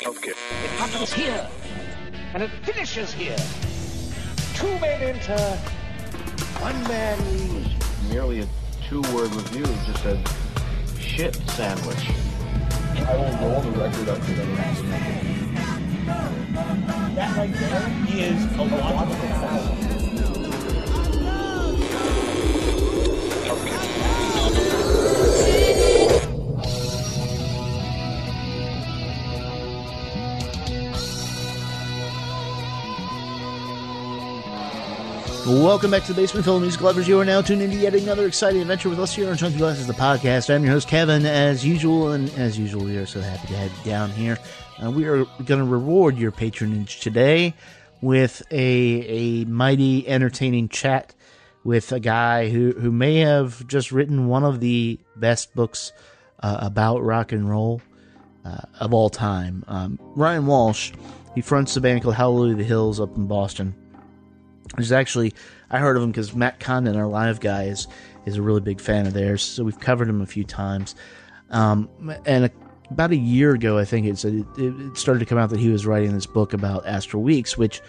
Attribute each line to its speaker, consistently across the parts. Speaker 1: It happens here, and it finishes here. Two men enter, one man leaves.
Speaker 2: merely a two-word review. It just said shit sandwich.
Speaker 3: I will roll the record up to the next
Speaker 4: That right there is a logical fallacy.
Speaker 5: Welcome back to the Basement Film Music Lovers. You are now tuned into yet another exciting adventure with us here on Chunky Glasses, the podcast. I'm your host, Kevin, as usual, and as usual, we are so happy to have you down here. Uh, we are going to reward your patronage today with a a mighty entertaining chat with a guy who, who may have just written one of the best books uh, about rock and roll uh, of all time. Um, Ryan Walsh, he fronts the band called Hallelujah the Hills up in Boston. There's actually, I heard of him because Matt Condon, our live guy, is, is a really big fan of theirs. So we've covered him a few times. Um, and a, about a year ago, I think it's, it, it started to come out that he was writing this book about Astral Weeks, which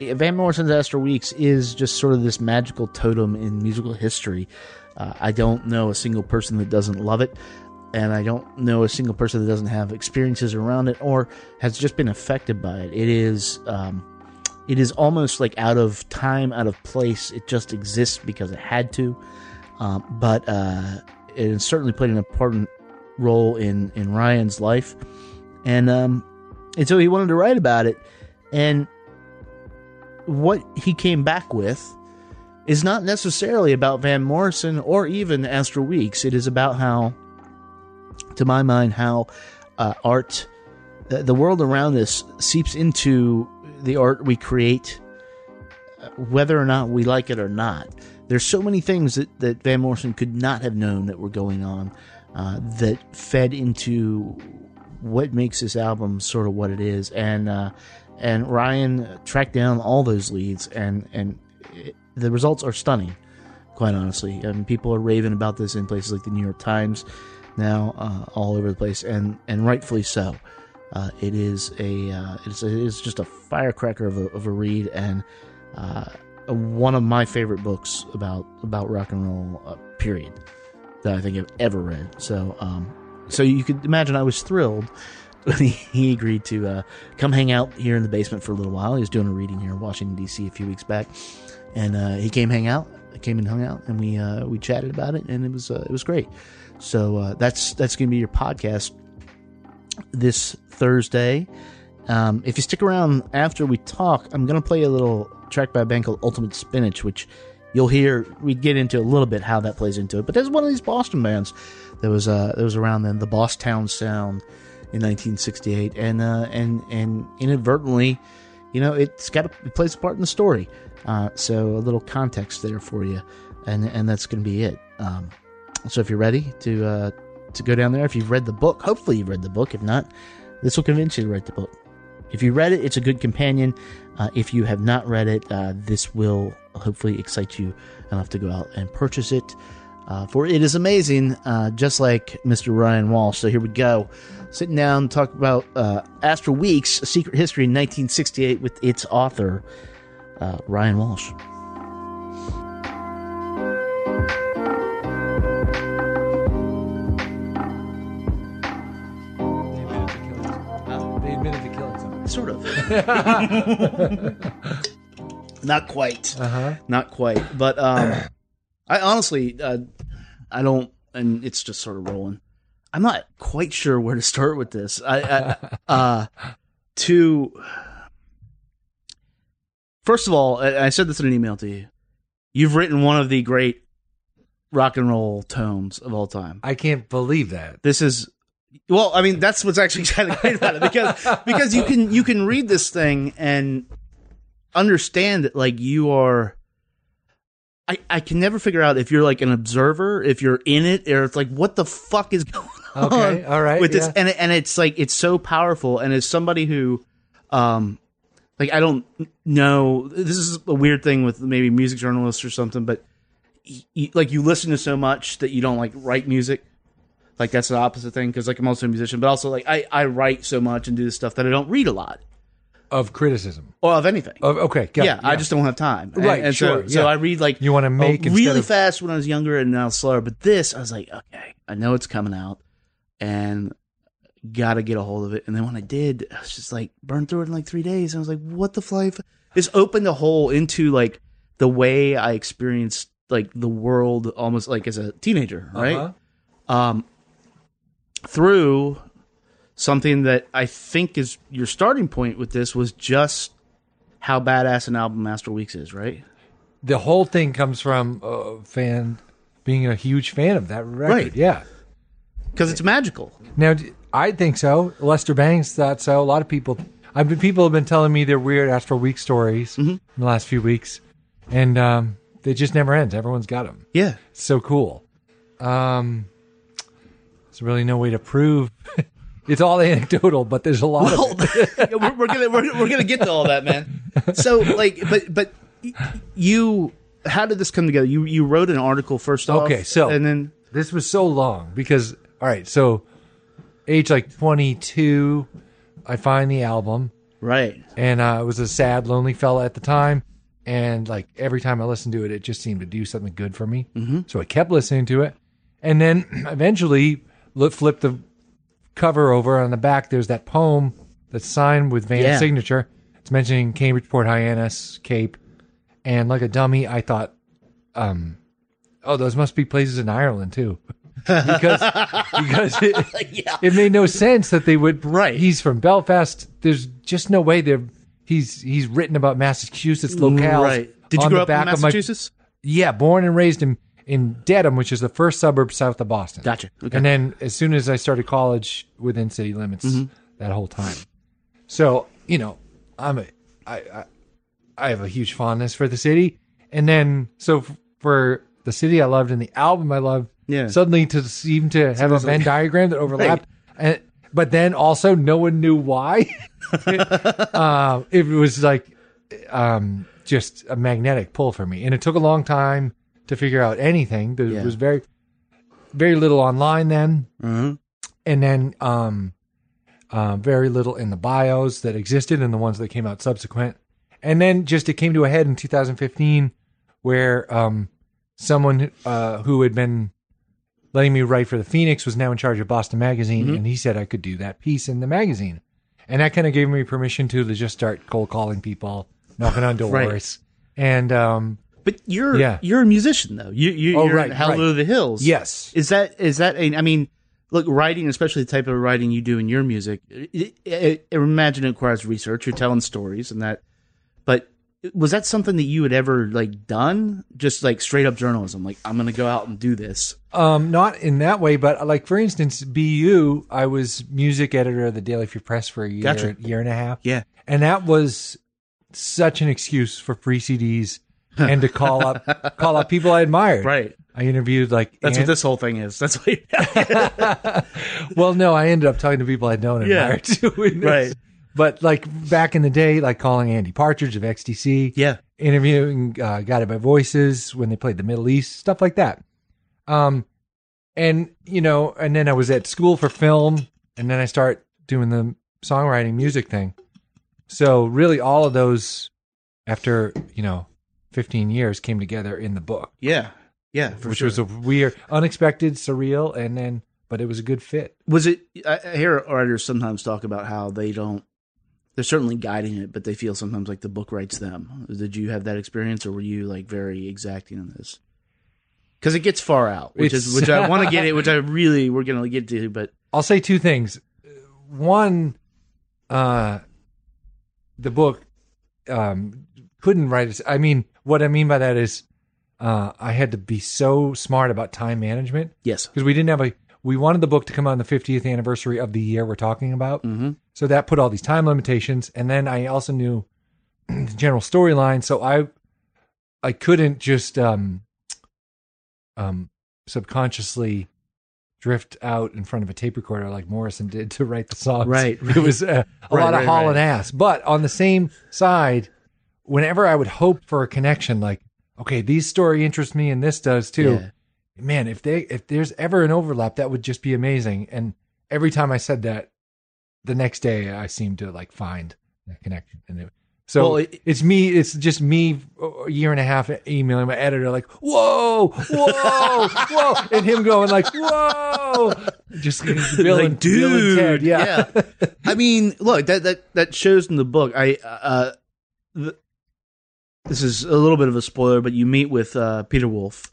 Speaker 5: eh, Van Morrison's Astral Weeks is just sort of this magical totem in musical history. Uh, I don't know a single person that doesn't love it, and I don't know a single person that doesn't have experiences around it or has just been affected by it. It is. Um, it is almost like out of time, out of place. It just exists because it had to. Um, but uh, it has certainly played an important role in in Ryan's life, and um, and so he wanted to write about it. And what he came back with is not necessarily about Van Morrison or even Astral Weeks. It is about how, to my mind, how uh, art, the, the world around us, seeps into the art we create, uh, whether or not we like it or not. There's so many things that, that Van Morrison could not have known that were going on uh, that fed into what makes this album sort of what it is. And uh, and Ryan tracked down all those leads, and and it, the results are stunning, quite honestly. And people are raving about this in places like the New York Times now, uh, all over the place, and and rightfully so. Uh, it is a uh, it's a, it's just a firecracker of a, of a read and uh, one of my favorite books about about rock and roll uh, period that I think I've ever read. So um, so you could imagine I was thrilled when he, he agreed to uh, come hang out here in the basement for a little while. He was doing a reading here in Washington D.C. a few weeks back, and uh, he came hang out, came and hung out, and we uh, we chatted about it, and it was uh, it was great. So uh, that's that's going to be your podcast this Thursday. Um, if you stick around after we talk, I'm going to play a little track by a band called Ultimate Spinach, which you'll hear we get into a little bit how that plays into it. But there's one of these Boston bands that was uh, that was around then, the Boston Sound in 1968, and uh, and and inadvertently, you know, it's got a, it plays a part in the story. Uh, so a little context there for you, and and that's going to be it. Um, so if you're ready to uh, to go down there, if you've read the book, hopefully you've read the book. If not, this will convince you to read the book. If you read it, it's a good companion. Uh, if you have not read it, uh, this will hopefully excite you enough to go out and purchase it. Uh, for it is amazing, uh, just like Mr. Ryan Walsh. So here we go. Sitting down, talk about uh, Astral Weeks, A Secret History in 1968 with its author, uh, Ryan Walsh.
Speaker 6: They admitted to killing someone. They admitted to killing someone.
Speaker 5: Sort of. Not quite.
Speaker 6: Uh-huh.
Speaker 5: not quite. But um, I honestly, uh, I don't, and it's just sort of rolling. I'm not quite sure where to start with this. I, I uh, to first of all, I, I said this in an email to you. You've written one of the great rock and roll tomes of all time.
Speaker 6: I can't believe that.
Speaker 5: This is well, I mean, that's what's actually kind of great about it because because you can you can read this thing and understand that like you are. I, I can never figure out if you're like an observer, if you're in it, or it's like what the fuck is going on
Speaker 6: Okay, all right,
Speaker 5: with this,
Speaker 6: yeah.
Speaker 5: and it- and it's like it's so powerful, and as somebody who, um, like I don't know, this is a weird thing with maybe music journalists or something, but y- y- like you listen to so much that you don't like write music Like that's the opposite thing because like I'm also a musician, but also like I I write so much and do this stuff that I don't read a lot
Speaker 6: of criticism.
Speaker 5: or of anything.
Speaker 6: Of, okay, got it,
Speaker 5: yeah, I just don't have time. And-
Speaker 6: Oh, Right,
Speaker 5: and so-
Speaker 6: sure,
Speaker 5: So,
Speaker 6: yeah.
Speaker 5: I read like
Speaker 6: You wanna
Speaker 5: a-
Speaker 6: make instead
Speaker 5: Oh, really
Speaker 6: of-
Speaker 5: fast when I was younger, and now slower. But this, I was like, okay, I know it's coming out, and gotta get a hold of it. And then when I did, I was just like burned through it in like three days. I was like, what the fly? f- This opened a hole into like the way I experienced like the world almost like as a teenager, right? Um,
Speaker 6: Uh-huh.
Speaker 5: through something that I think is your starting point with this was just how badass an album Master Weeks is, right?
Speaker 6: The whole thing comes from a fan being a huge fan of that record.
Speaker 5: Right.
Speaker 6: Yeah.
Speaker 5: Because it's magical.
Speaker 6: Now, d- I think so. Lester Bangs thought so. A lot of people, I've been people have been telling me their weird Astro Week stories
Speaker 5: Mm-hmm.
Speaker 6: in the last few weeks, and um, they just never ends. Everyone's got them.
Speaker 5: Yeah.
Speaker 6: It's so cool. Um, there's really no way to prove. it's all anecdotal, but there's a lot of. it.
Speaker 5: Yeah, we're, we're gonna we're, we're gonna get to all that, man. So like, but but y- you, how did this come together? You you wrote an article first off,
Speaker 6: Okay, so-
Speaker 5: and then
Speaker 6: This was so long because all right, so age like 22, I find the album.
Speaker 5: right,
Speaker 6: and uh, I was a sad, lonely fella at the time. And like every time I listened to it, it just seemed to do something good for me. Mm-hmm. So I kept listening to it, and then eventually li- flipped the cover over. On the back, there's that poem that's signed with Van's
Speaker 5: Yeah.
Speaker 6: signature. It's mentioning Cambridgeport, Hyannis, Cape, and like a dummy, I thought, um, oh, those must be places in Ireland too, because because it,
Speaker 5: yeah,
Speaker 6: it made no sense that they would.
Speaker 5: Right.
Speaker 6: He's from Belfast. There's just no way they're. He's he's written about Massachusetts locales.
Speaker 5: Mm, right. Did you
Speaker 6: on
Speaker 5: grow
Speaker 6: the
Speaker 5: up
Speaker 6: back
Speaker 5: in
Speaker 6: of my-
Speaker 5: Massachusetts?
Speaker 6: yeah, born and raised in in Dedham, which is the first suburb south of Boston.
Speaker 5: Gotcha. Okay.
Speaker 6: And then as soon as I started college, within city limits,
Speaker 5: Mm-hmm.
Speaker 6: that whole time. So you know, I'm a I I, I have a huge fondness for the city, and then so f- for the city I loved and the album I loved,
Speaker 5: Yeah.
Speaker 6: suddenly to seem to have a Venn diagram that overlapped, and, but then also no one knew why. um, it was like um, just a magnetic pull for me, and it took a long time to figure out anything. There
Speaker 5: Yeah.
Speaker 6: was very very little online then,
Speaker 5: Mm-hmm.
Speaker 6: and then um, uh, very little in the bios that existed and the ones that came out subsequent. And then just it came to a head in 2015 where um, someone uh, who had been letting me write for the Phoenix was now in charge of Boston Magazine, and he said I could do that piece in the magazine, and that kind of gave me permission to, to just start cold calling people, knocking on doors, and um,
Speaker 5: But you're
Speaker 6: Yeah.
Speaker 5: you're a musician though. You you
Speaker 6: Oh,
Speaker 5: you're
Speaker 6: right,
Speaker 5: in Hallelujah
Speaker 6: right.
Speaker 5: of the Hills.
Speaker 6: yes,
Speaker 5: Is that is that a, I mean, look, writing, especially the type of writing you do in your music, it, it, I imagine it requires research. You're telling stories and that, but was that something that you had ever like done? Just like straight up journalism, like I'm gonna go out and do this.
Speaker 6: Um, not in that way, but like for instance, BU, I was music editor of the Daily Free Press for a year,
Speaker 5: Gotcha.
Speaker 6: year and a half.
Speaker 5: Yeah.
Speaker 6: And that was such an excuse for free CDs and to call up call up people I admired.
Speaker 5: Right.
Speaker 6: I interviewed like
Speaker 5: That's
Speaker 6: Ann-
Speaker 5: what this whole thing is. That's what.
Speaker 6: well, no, I ended up talking to people I'd known and
Speaker 5: Yeah.
Speaker 6: admired too. in this.
Speaker 5: Right.
Speaker 6: But like back in the day, like calling Andy Partridge of XTC.
Speaker 5: yeah.
Speaker 6: interviewing uh, Guided by Voices when they played the Middle East, stuff like that. Um, and you know, and then I was at school for film, and then I start doing the songwriting music thing. So really, all of those after you know, fifteen years came together in the book,
Speaker 5: Yeah. Yeah. For
Speaker 6: which
Speaker 5: sure.
Speaker 6: was a weird, unexpected, surreal, and then but it was a good fit.
Speaker 5: was it I I hear writers sometimes talk about how they don't they're certainly guiding it but they feel sometimes like the book writes them did you have that experience or were you like very exacting on this because it gets far out which is
Speaker 6: It's-
Speaker 5: which i want to get it which i really we're gonna get to but
Speaker 6: I'll say two things. One, uh, the book um, couldn't write. it- I mean, what I mean by that is, uh, I had to be so smart about time management
Speaker 5: yes
Speaker 6: because we didn't have a. We wanted the book to come out on the 50th anniversary of the year we're talking about,
Speaker 5: Mm-hmm.
Speaker 6: so that put all these time limitations. And then I also knew the general storyline, so I, I couldn't just um, um, subconsciously drift out in front of a tape recorder like Morrison did to write the songs.
Speaker 5: Right.
Speaker 6: It was uh, a
Speaker 5: Right,
Speaker 6: lot of
Speaker 5: right,
Speaker 6: hauling
Speaker 5: right.
Speaker 6: ass. But on the same side, whenever I would hope for a connection, like, okay, these story interests me and this does too,
Speaker 5: Yeah.
Speaker 6: man, if they if there's ever an overlap, that would just be amazing. And every time I said that, the next day I seemed to like find that connection. And it, so
Speaker 5: Well, it-
Speaker 6: it's me. It's just me. A year and a half emailing my editor like, whoa, whoa, whoa, and him going like, whoa, just Bill and Bill and Ted, yeah.
Speaker 5: yeah. I mean, look that that that shows in the book. I uh, th- this is a little bit of a spoiler, but you meet with uh, Peter Wolf.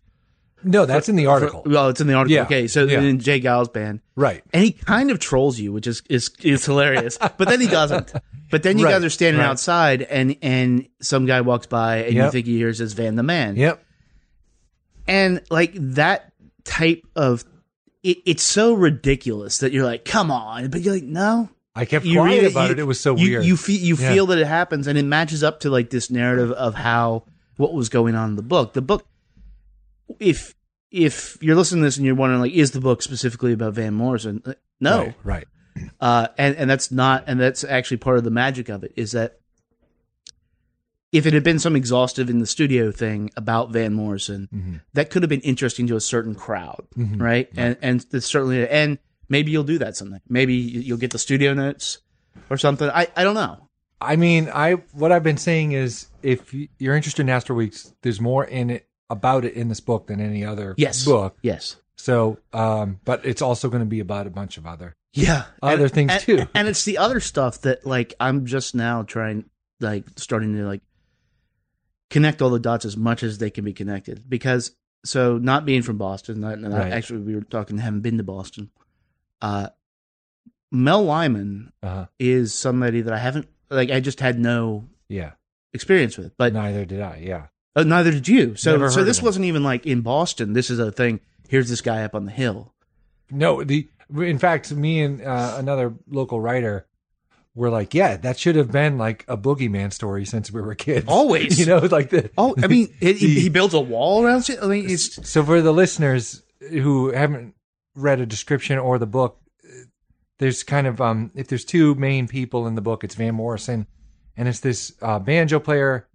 Speaker 6: No, that's in the article,
Speaker 5: Well, it's in the article.
Speaker 6: Yeah.
Speaker 5: Okay, so
Speaker 6: Yeah.
Speaker 5: in Jay Giles' band,
Speaker 6: right?
Speaker 5: and he kind of trolls you, which is is, is hilarious. but then he doesn't. But then you
Speaker 6: Right,
Speaker 5: guys are standing
Speaker 6: right.
Speaker 5: outside, and and some guy walks by, and you
Speaker 6: Yep.
Speaker 5: think he hears his Van the Man.
Speaker 6: Yep.
Speaker 5: and like that type of it, it's so ridiculous that you're like, come on, but you're like, no.
Speaker 6: I kept
Speaker 5: You
Speaker 6: quiet
Speaker 5: read
Speaker 6: about
Speaker 5: you-
Speaker 6: it. It was so
Speaker 5: you,
Speaker 6: weird.
Speaker 5: You feel you
Speaker 6: Yeah.
Speaker 5: feel that it happens, and it matches up to like this narrative of how what was going on in the book. The book, if if you're listening to this and you're wondering like, is the book specifically about Van Morrison? Uh, No,
Speaker 6: right, right.
Speaker 5: uh, and and that's not and that's actually part of the magic of it is that if it had been some exhaustive in the studio thing about Van Morrison, that could have been interesting to a certain crowd, right? And and it's certainly and maybe you'll do that someday. Maybe you- you'll get the studio notes or something. I I don't know.
Speaker 6: I mean, I what I've been saying is if y- you're interested in Astro Weeks, there's more in it about it in this book than any other
Speaker 5: Yes,
Speaker 6: book.
Speaker 5: Yes.
Speaker 6: So, um, but it's also going to be about a bunch of other.
Speaker 5: Yeah.
Speaker 6: Other
Speaker 5: And-
Speaker 6: things,
Speaker 5: and-
Speaker 6: too.
Speaker 5: And it's the other stuff that like I'm just now trying like starting to like connect all the dots as much as they can be connected. Because so not being from Boston, not, and I-
Speaker 6: Right.
Speaker 5: actually we were talking haven't been to Boston. Uh Mel Lyman
Speaker 6: Uh-huh.
Speaker 5: is somebody that I haven't like I just had no
Speaker 6: Yeah,
Speaker 5: experience with. But
Speaker 6: neither did I. Yeah,
Speaker 5: uh, neither did you. So
Speaker 6: Never
Speaker 5: so
Speaker 6: heard
Speaker 5: this
Speaker 6: of him.
Speaker 5: wasn't even like in Boston. This is a thing. Here's this guy up on the hill.
Speaker 6: no. The in fact, me and uh, another local writer were like, yeah, that should have been like a boogeyman story since we were kids.
Speaker 5: Always.
Speaker 6: you know, like the
Speaker 5: Oh, I mean, he, he he builds a wall around shit. I mean, it's
Speaker 6: So for the listeners who haven't read a description or the book, there's kind of um if there's two main people in the book, it's Van Morrison, and it's this uh, banjo player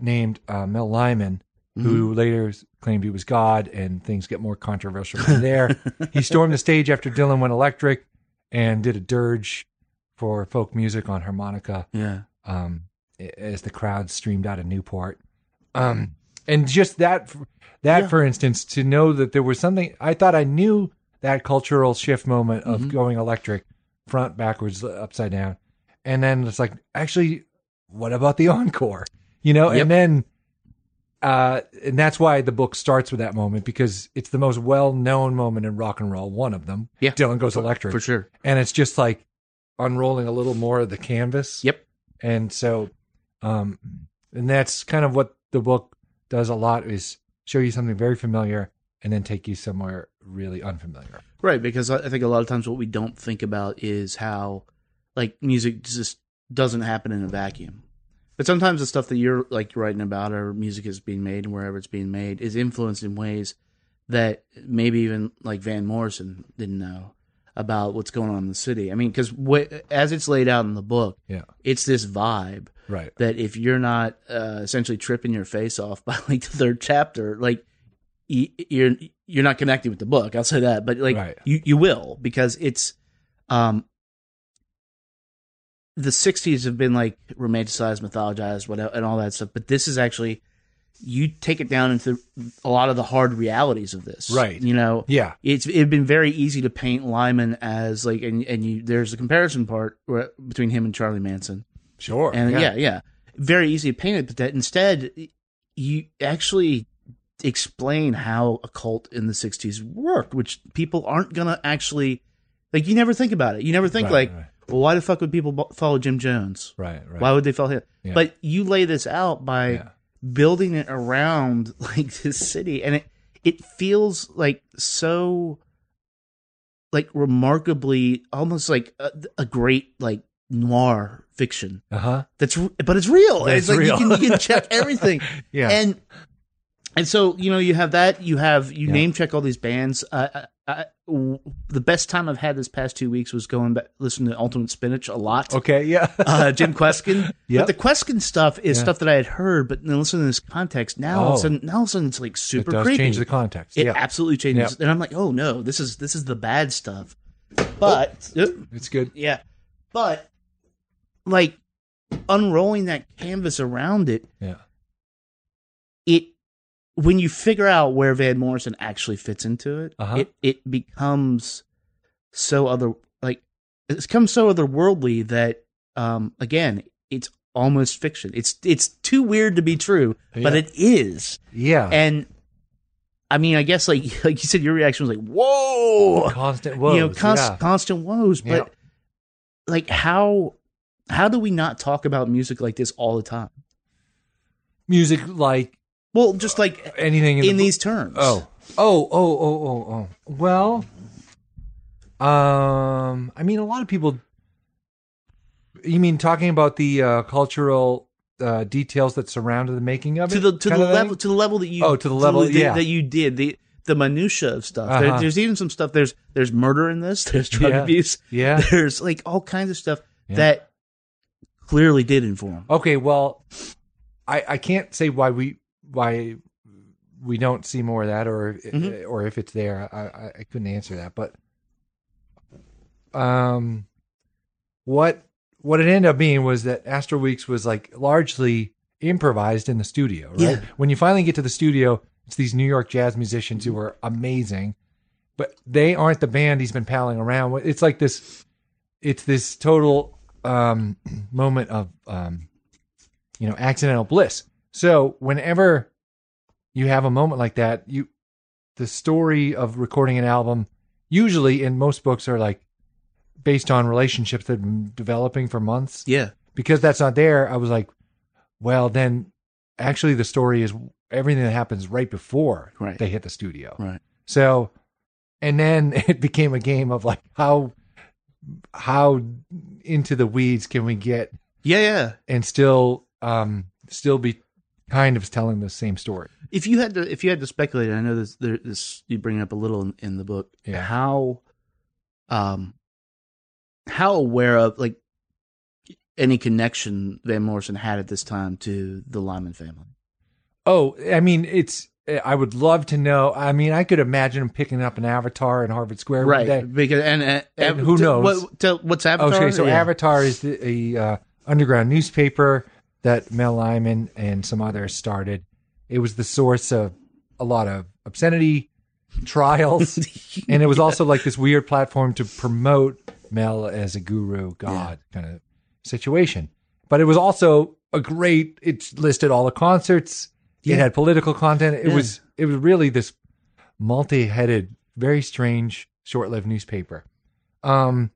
Speaker 6: named uh, Mel Lyman, who later claimed he was God, and things get more controversial from there. he stormed the stage after Dylan went electric, and did a dirge for folk music on harmonica
Speaker 5: Yeah.
Speaker 6: um, as the crowd streamed out of Newport. Um, and just that, that for instance, to know that there was something I thought I knew that cultural shift moment of
Speaker 5: Mm-hmm.
Speaker 6: going electric, front, backwards, upside down, and then it's like, actually, what about the encore? You know,
Speaker 5: Yep.
Speaker 6: and then, uh, and that's why the book starts with that moment because it's the most well-known moment in rock and roll. One of them,
Speaker 5: Yeah.
Speaker 6: Dylan goes electric
Speaker 5: For sure.
Speaker 6: and it's just like unrolling a little more of the canvas.
Speaker 5: Yep.
Speaker 6: And so, um, and that's kind of what the book does a lot is show you something very familiar and then take you somewhere really unfamiliar.
Speaker 5: Right, because I I think a lot of times what we don't think about is how like music just doesn't happen in a vacuum. But sometimes the stuff that you're like writing about or music is being made and wherever it's being made is influenced in ways that maybe even like Van Morrison didn't know about what's going on in the city. I mean, because wh- as it's laid out in the book,
Speaker 6: Yeah.
Speaker 5: it's this vibe
Speaker 6: Right.
Speaker 5: that if you're not uh, essentially tripping your face off by like the third chapter, like y- you're you're not connecting with the book. I'll say that, but like
Speaker 6: Right.
Speaker 5: you you will because it's um the '60s have been like romanticized, mythologized, whatever, and all that stuff. But this is actually you take it down into a lot of the hard realities of this,
Speaker 6: Right.
Speaker 5: You know,
Speaker 6: Yeah.
Speaker 5: it's it'd been very easy to paint Lyman as like, and and you there's a comparison part where, between him and Charlie Manson.
Speaker 6: Sure.
Speaker 5: And yeah. yeah, Very easy to paint it, but that instead you actually explain how a cult in the 60s worked, which people aren't going to actually like you never think about it. You never think
Speaker 6: Right,
Speaker 5: like,
Speaker 6: right.
Speaker 5: well, why the fuck would people bo- follow Jim Jones?
Speaker 6: Right. Right.
Speaker 5: Why would they follow him?
Speaker 6: Yeah.
Speaker 5: But you lay this out by
Speaker 6: Yeah.
Speaker 5: building it around like this city and it it feels like so like remarkably almost like a, a great like noir fiction
Speaker 6: uh huh.
Speaker 5: that's r- but it's real.
Speaker 6: That's
Speaker 5: it's like
Speaker 6: real.
Speaker 5: You, can, you can check everything.
Speaker 6: Yeah.
Speaker 5: and and so you know you have that. You have you
Speaker 6: Yeah.
Speaker 5: name check all these bands. Uh, I, I, w- the best time I've had this past two weeks was going back listening to Ultimate Spinach a lot.
Speaker 6: Okay, yeah.
Speaker 5: Uh, Jim Queskin,
Speaker 6: Yep.
Speaker 5: but the Queskin stuff is stuff that I had heard, but then listening to this context now, all of
Speaker 6: Oh.
Speaker 5: a sudden, now all of a sudden it's like
Speaker 6: it
Speaker 5: super
Speaker 6: does
Speaker 5: creepy.
Speaker 6: change the context.
Speaker 5: it
Speaker 6: yeah,
Speaker 5: absolutely changes,
Speaker 6: Yep.
Speaker 5: and I'm like, oh no, this is this is the bad stuff. But Yep.
Speaker 6: it's good.
Speaker 5: Yeah. But like unrolling that canvas around it,
Speaker 6: Yeah,
Speaker 5: it when you figure out where Van Morrison actually fits into it,
Speaker 6: Uh-huh.
Speaker 5: it it becomes so other like it's become so otherworldly that um again, it's almost fiction. It's it's too weird to be true, but
Speaker 6: Yeah. Uh-huh.
Speaker 5: it is.
Speaker 6: yeah.
Speaker 5: And I mean, I guess like like you said, your reaction was like, "Whoa!"
Speaker 6: constant woes.
Speaker 5: you know, const-
Speaker 6: yeah.
Speaker 5: constant woes. But
Speaker 6: Yeah.
Speaker 5: like, how how do we not talk about music like this all the time?
Speaker 6: music like
Speaker 5: Well, just like
Speaker 6: anything in,
Speaker 5: in,
Speaker 6: the,
Speaker 5: these terms.
Speaker 6: Oh, oh, oh, oh, oh, oh. Well, um, I mean, a lot of people. You mean talking about the uh, cultural uh, details that surrounded the making of it
Speaker 5: to the to the
Speaker 6: kinda thing?
Speaker 5: level to the level that you
Speaker 6: Oh, to the level,
Speaker 5: that-
Speaker 6: yeah.
Speaker 5: that you did the the minutia of stuff. There-
Speaker 6: Uh-huh.
Speaker 5: there's even some stuff. There's there's murder in this. There's drug
Speaker 6: Yeah.
Speaker 5: abuse.
Speaker 6: Yeah.
Speaker 5: There's like all kinds of stuff
Speaker 6: Yeah.
Speaker 5: that clearly did inform.
Speaker 6: Okay, well, I I can't say why we why we don't see more of that or uh,
Speaker 5: Mhm.
Speaker 6: or if it's there. I I- I couldn't answer that, but um, what what it ended up being was that Astro Weeks was like largely improvised in the studio. Right
Speaker 5: Yeah.
Speaker 6: when you finally get to the studio, it's these New York jazz musicians who are amazing, but they aren't the band he's been palling around with. It's like this, it's this total um, moment of um, you know accidental bliss. So whenever you have a moment like that, you the story of recording an album usually in most books are like based on relationships that have been developing for months
Speaker 5: Yeah.
Speaker 6: because that's not there, I was like, well, then actually the story is everything that happens right before
Speaker 5: Right.
Speaker 6: they hit the studio.
Speaker 5: Right.
Speaker 6: So, and then it became a game of like how how into the weeds can we get
Speaker 5: Yeah. Yeah.
Speaker 6: and still um still be kind of telling the same story.
Speaker 5: If you had to, if you had to speculate, I know this. There, this you bring it up a little in, in the book.
Speaker 6: Yeah.
Speaker 5: How, um, how aware of like any connection Van Morrison had at this time to the Lyman family?
Speaker 6: Oh, I mean, it's eh, I would love to know. I mean, I could imagine him picking up an avatar in Harvard Square one day.
Speaker 5: Because and, and,
Speaker 6: And who
Speaker 5: to-
Speaker 6: knows? Oh,
Speaker 5: what, to- what's Avatar?
Speaker 6: Okay, so
Speaker 5: Yeah.
Speaker 6: Avatar is the, a uh, underground newspaper that Mel Lyman and some others started. It was the source of a lot of obscenity trials, and it was also like this weird platform to promote Mel as a guru, god kind of situation. But it was also a great. It listed all the concerts.
Speaker 5: Yeah.
Speaker 6: It had political content. It
Speaker 5: Yeah.
Speaker 6: was it was really this multi-headed, very strange, short-lived newspaper. Um,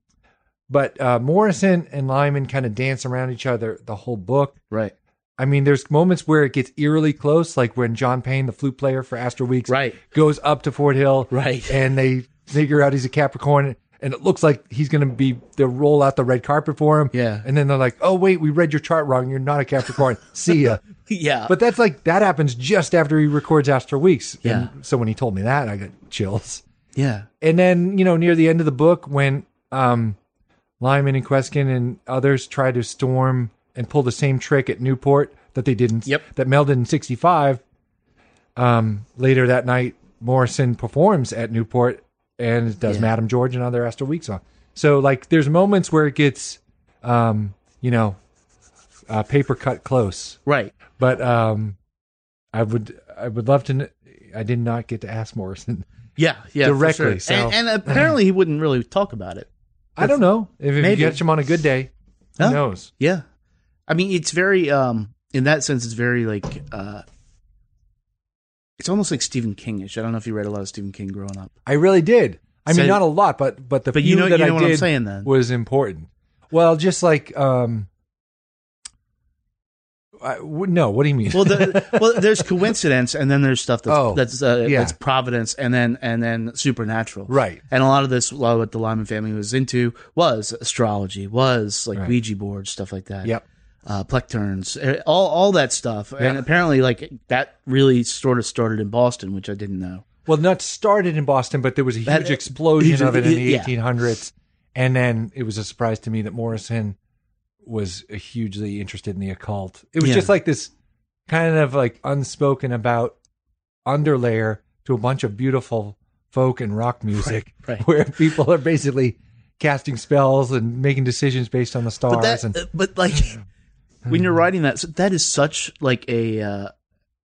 Speaker 6: but uh, Morrison and Lyman kind of dance around each other the whole book.
Speaker 5: Right.
Speaker 6: I mean, there's moments where it gets eerily close, like when John Payne, the flute player for Astro Weeks,
Speaker 5: Right.
Speaker 6: goes up to Fort Hill,
Speaker 5: Right.
Speaker 6: and they figure out he's a Capricorn, and it looks like he's going to be. They'll roll out the red carpet for him,
Speaker 5: Yeah.
Speaker 6: and then they're like, "Oh wait, we read your chart wrong. You're not a Capricorn. See ya."
Speaker 5: Yeah.
Speaker 6: But that's like that happens just after he records Astro Weeks.
Speaker 5: Yeah.
Speaker 6: And so when he told me that, I got chills
Speaker 5: yeah.
Speaker 6: and then you know near the end of the book when um Lyman and Queskin and others try to storm and pull the same trick at Newport that they didn't
Speaker 5: Yep.
Speaker 6: that Mel did in 65 um later that night Morrison performs at Newport and does
Speaker 5: Yeah.
Speaker 6: Madame George and other Astro Week song so like there's moments where it gets um you know uh, paper cut close
Speaker 5: Right.
Speaker 6: but um I would I would love to kn- I did not get to ask Morrison
Speaker 5: Yeah. Yeah. for
Speaker 6: Directly,
Speaker 5: sure.
Speaker 6: so-
Speaker 5: and, and apparently he wouldn't really talk about it.
Speaker 6: I don't know. If, if you
Speaker 5: Maybe.
Speaker 6: catch him on a good day, who
Speaker 5: Huh?
Speaker 6: knows?
Speaker 5: Yeah. I mean, it's very um in that sense it's very like uh it's almost like Stephen Kingish. I don't know if you read a lot of Stephen King growing up.
Speaker 6: I really did. I
Speaker 5: So-
Speaker 6: mean, not a lot, but but the
Speaker 5: But
Speaker 6: few
Speaker 5: you know-
Speaker 6: that
Speaker 5: you know
Speaker 6: I
Speaker 5: what I'm
Speaker 6: did
Speaker 5: saying, then.
Speaker 6: was important. Well, just like um, I, w- no. What do you mean?
Speaker 5: Well, the, well, there's coincidence, and then there's stuff that's
Speaker 6: Oh,
Speaker 5: that's uh,
Speaker 6: yeah.
Speaker 5: that's providence, and then and then supernatural,
Speaker 6: Right.
Speaker 5: And a lot of this, a lot of what the Lyman family was into was astrology, was like
Speaker 6: Right.
Speaker 5: Ouija boards, stuff like that.
Speaker 6: yep.
Speaker 5: uh, plecterns, eh, all all that stuff, and
Speaker 6: Yeah.
Speaker 5: apparently, like that really sort of started in Boston, which I didn't know.
Speaker 6: Well, Nuts started in Boston, but there was a huge
Speaker 5: That-
Speaker 6: explosion
Speaker 5: huge-
Speaker 6: of it in the
Speaker 5: yeah.
Speaker 6: 1800s. And then it was a surprise to me that Morrison was hugely interested in the occult. It was
Speaker 5: Yeah.
Speaker 6: just like this kind of like unspoken about underlayer to a bunch of beautiful folk and rock music
Speaker 5: Right, right.
Speaker 6: where people are basically casting spells and making decisions based on the stars
Speaker 5: but that,
Speaker 6: and
Speaker 5: uh, but like when you're writing that, so that is such like a. Uh,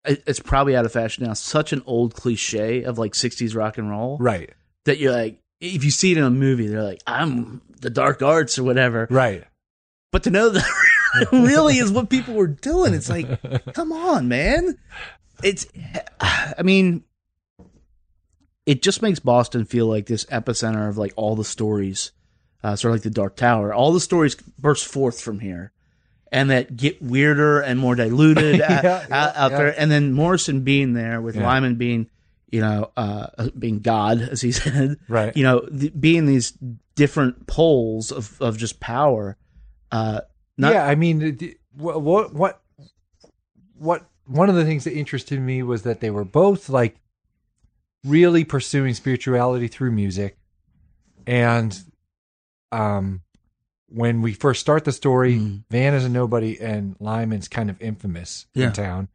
Speaker 5: it- it's probably out of fashion now. Such an old cliche of like '60s rock and roll
Speaker 6: right
Speaker 5: that you're like, if you see it in a movie, they're like, "I'm the dark arts" or whatever.
Speaker 6: right
Speaker 5: But to know that really is what people were doing, it's like, come on, man. It's, I mean, it just makes Boston feel like this epicenter of like all the stories, uh, sort of like the Dark Tower. All the stories burst forth from here, and that get weirder and more diluted
Speaker 6: Yeah,
Speaker 5: out, out,
Speaker 6: yeah,
Speaker 5: out
Speaker 6: yeah.
Speaker 5: there. And then Morrison being there with
Speaker 6: Yeah.
Speaker 5: Lyman being, you know, uh, being God as he said,
Speaker 6: Right.
Speaker 5: You know, th- being these different poles of of just power. Uh, not,
Speaker 6: yeah, I mean, what, what, what, what? One of the things that interested me was that they were both like really pursuing spirituality through music, and um, when we first start the story,
Speaker 5: Hmm.
Speaker 6: Van is a nobody and Lyman's kind of infamous
Speaker 5: Yeah.
Speaker 6: in town,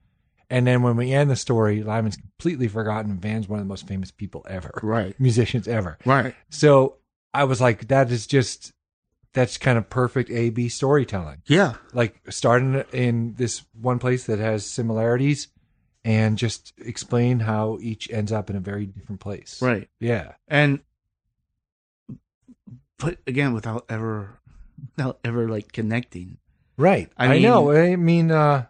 Speaker 6: and then when we end the story, Lyman's completely forgotten. and Van's one of the most famous people ever,
Speaker 5: Right.
Speaker 6: Musicians ever,
Speaker 5: right.
Speaker 6: So I was like, that is just that's kind of perfect A B storytelling
Speaker 5: Yeah,
Speaker 6: like starting in this one place that has similarities and just explain how each ends up in a very different place.
Speaker 5: right.
Speaker 6: Yeah.
Speaker 5: and but again without ever without ever like connecting
Speaker 6: Right.
Speaker 5: I
Speaker 6: I,
Speaker 5: mean-
Speaker 6: know. I mean, uh,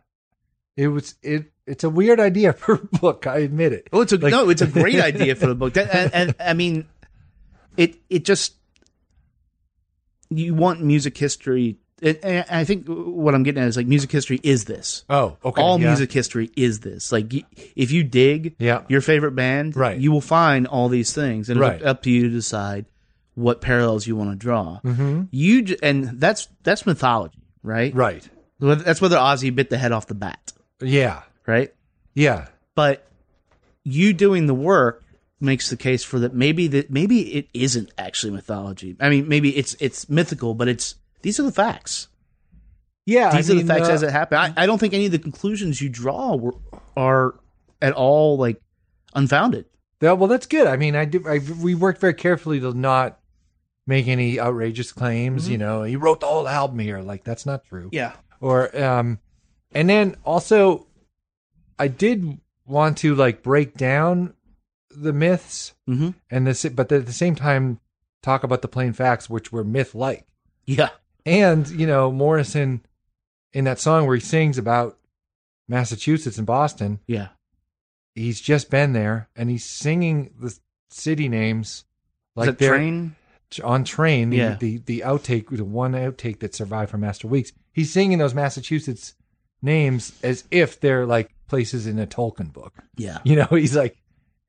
Speaker 6: it was it. It's a weird idea for a book. I admit it.
Speaker 5: oh it's a
Speaker 6: Like-
Speaker 5: no it's a great idea for the book that, and, and i mean it it just you want music history and, and i think what i'm getting at is like music history is this
Speaker 6: Oh, okay.
Speaker 5: all
Speaker 6: yeah.
Speaker 5: music history is this like y- if you dig
Speaker 6: Yeah.
Speaker 5: your favorite band
Speaker 6: Right.
Speaker 5: you will find all these things and
Speaker 6: Right.
Speaker 5: it's up to you to decide what parallels you want to draw
Speaker 6: Mhm.
Speaker 5: you j- and that's that's mythology right
Speaker 6: Right.
Speaker 5: Well, That's whether Ozzy bit the head off the bat,
Speaker 6: Yeah.
Speaker 5: right?
Speaker 6: Yeah.
Speaker 5: But you doing the work makes the case for that maybe that maybe it isn't actually mythology. I mean, maybe it's it's mythical, but it's these are the facts.
Speaker 6: Yeah. I
Speaker 5: These are
Speaker 6: mean,
Speaker 5: the facts
Speaker 6: uh,
Speaker 5: as it happened. I, I don't think any of the conclusions you draw were, are at all like unfounded.
Speaker 6: Yeah, well, that's good. I mean, I do. I, we worked very carefully to not make any outrageous claims. You know, he wrote the whole album here. Like that's not true.
Speaker 5: Yeah.
Speaker 6: Or um, and then also, I did want to like break down the myths
Speaker 5: Mhm.
Speaker 6: and this, but at the same time, talk about the plain facts, which were myth like.
Speaker 5: Yeah.
Speaker 6: And you know, Morrison in that song where he sings about Massachusetts and Boston,
Speaker 5: Yeah.
Speaker 6: he's just been there and he's singing the city names
Speaker 5: Like
Speaker 6: like they're
Speaker 5: train.
Speaker 6: on train the-
Speaker 5: Yeah.
Speaker 6: the, the outtake the one outtake that survived from master weeks he's singing those massachusetts names as if they're like places in a tolkien book
Speaker 5: Yeah.
Speaker 6: you know he's like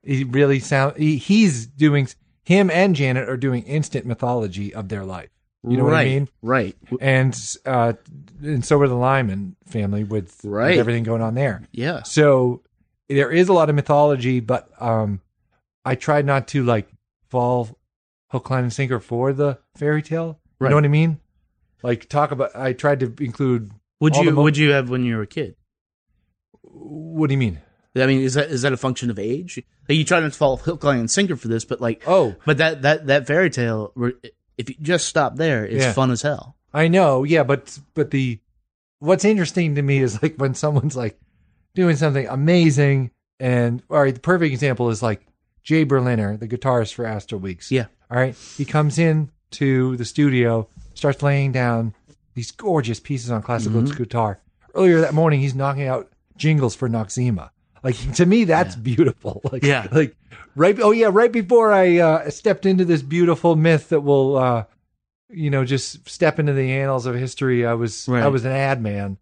Speaker 6: he really sound he, he's doing him and janet are doing instant mythology of their life you know
Speaker 5: right.
Speaker 6: what i mean
Speaker 5: Right.
Speaker 6: and uh and so were the lyman family with,
Speaker 5: Right.
Speaker 6: with everything going on there
Speaker 5: Yeah.
Speaker 6: so there is a lot of mythology, but um, I tried not to like fall hook, line, and sinker for the fairy tale. You
Speaker 5: Right.
Speaker 6: know what I mean? Like talk about. I tried to include.
Speaker 5: Would
Speaker 6: all the
Speaker 5: you
Speaker 6: mo-
Speaker 5: would you have when you were a kid?
Speaker 6: What do you mean?
Speaker 5: I mean, is that is that a function of age? Like you try not to fall hook, line, and sinker for this, but like,
Speaker 6: Oh.
Speaker 5: but that that that fairy tale, where- if you just stop there, it's
Speaker 6: Yeah.
Speaker 5: fun as hell.
Speaker 6: I know, yeah, but but the what's interesting to me is like when someone's like doing something amazing, and all right, the perfect example is like Jay Berliner, the guitarist for Astral Weeks.
Speaker 5: Yeah.
Speaker 6: All right. He comes in to the studio, starts laying down these gorgeous pieces on classical
Speaker 5: Mm-hmm.
Speaker 6: guitar. Earlier that morning, he's knocking out jingles for Noxema. Like to me, that's beautiful. Like,
Speaker 5: Yeah.
Speaker 6: Like right. Oh yeah. Right before I uh, stepped into this beautiful myth that will, uh, you know, just step into the annals of history. I was
Speaker 5: Right.
Speaker 6: I was an ad man.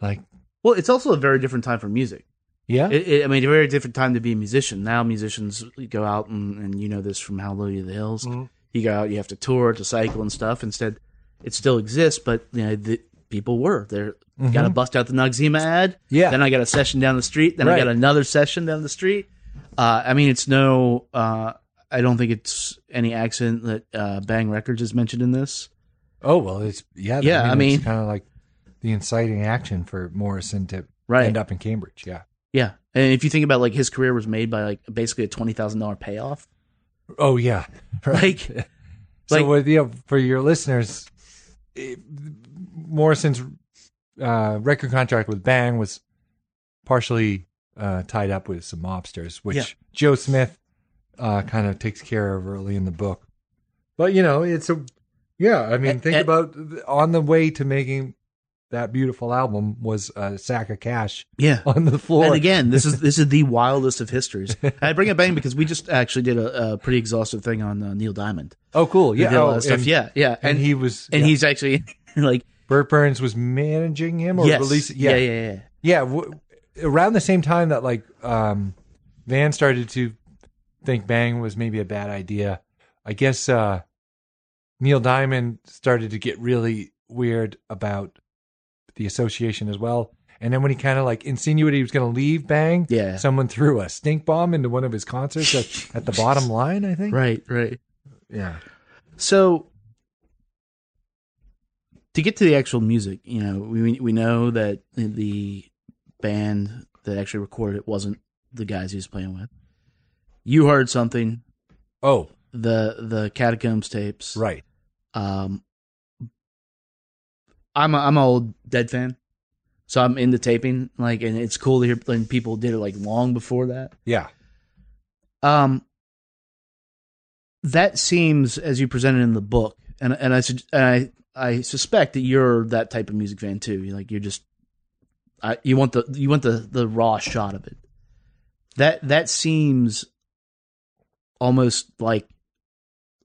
Speaker 6: Like
Speaker 5: Well, it's also a very different time for music.
Speaker 6: yeah.
Speaker 5: It, it, I mean, a very different time to be a musician. Now musicians go out and, and you know this from How Low You the Hills.
Speaker 6: Mm-hmm.
Speaker 5: You go out, you have to tour, to cycle, and stuff. Instead, it still exists, but you know the people were they're Got to bust out the Noxzema ad.
Speaker 6: Mm-hmm. Yeah.
Speaker 5: Then I got a session down the street. Then I
Speaker 6: Right.
Speaker 5: got another session down the street. Uh, I mean, it's no. Uh, I don't think it's any accident that uh, Bang Records is mentioned in this.
Speaker 6: Oh well, it's yeah.
Speaker 5: Yeah, I mean-
Speaker 6: kind of like the inciting action for Morrison to
Speaker 5: Right.
Speaker 6: end up in Cambridge. Yeah.
Speaker 5: Yeah, and if you think about like his career was made by like basically a twenty thousand dollar payoff.
Speaker 6: Oh yeah.
Speaker 5: Like,
Speaker 6: So
Speaker 5: like-
Speaker 6: with, yeah, for your listeners, it, Morrison's uh, record contract with Bang was partially uh, tied up with some mobsters, which
Speaker 5: Yeah.
Speaker 6: Joe Smith uh, kind of takes care of early in the book. But you know, it's a yeah. I mean,
Speaker 5: A-
Speaker 6: think
Speaker 5: a-
Speaker 6: about th- on the way to making that beautiful album was a sack of cash
Speaker 5: yeah.
Speaker 6: on the floor.
Speaker 5: And again, this is this is the wildest of histories. I bring up Bang because we just actually did a, a pretty exhaustive thing on uh, Neil Diamond.
Speaker 6: oh, cool.
Speaker 5: We
Speaker 6: Yeah.
Speaker 5: did a lot
Speaker 6: oh,
Speaker 5: of stuff.
Speaker 6: and-
Speaker 5: yeah, yeah,
Speaker 6: And, he was
Speaker 5: and
Speaker 6: yeah.
Speaker 5: he's actually like
Speaker 6: Burt Burns was managing him or
Speaker 5: yes,
Speaker 6: releasing.
Speaker 5: yeah, yeah, yeah.
Speaker 6: Yeah, w- around the same time that like um, Van started to think Bang was maybe a bad idea, I guess uh, Neil Diamond started to get really weird about the association as well. And then when he kind of like insinuated he was going to leave Bang,
Speaker 5: Yeah.
Speaker 6: someone threw a stink bomb into one of his concerts at, at the bottom line, I think.
Speaker 5: Right, right.
Speaker 6: Yeah.
Speaker 5: So to get to the actual music, you know, we we know that the band that actually recorded it wasn't the guys he was playing with. You heard something
Speaker 6: Oh,
Speaker 5: the the catacombs tapes.
Speaker 6: right.
Speaker 5: Um, I'm a, I'm an old Dead fan, so I'm into taping. Like, and it's cool to hear when people did it like long before that.
Speaker 6: Yeah.
Speaker 5: Um, that seems as you presented in the book, and and I sug- and I I suspect that you're that type of music fan too. You're like you're just, I you want the you want the the raw shot of it. That that seems almost like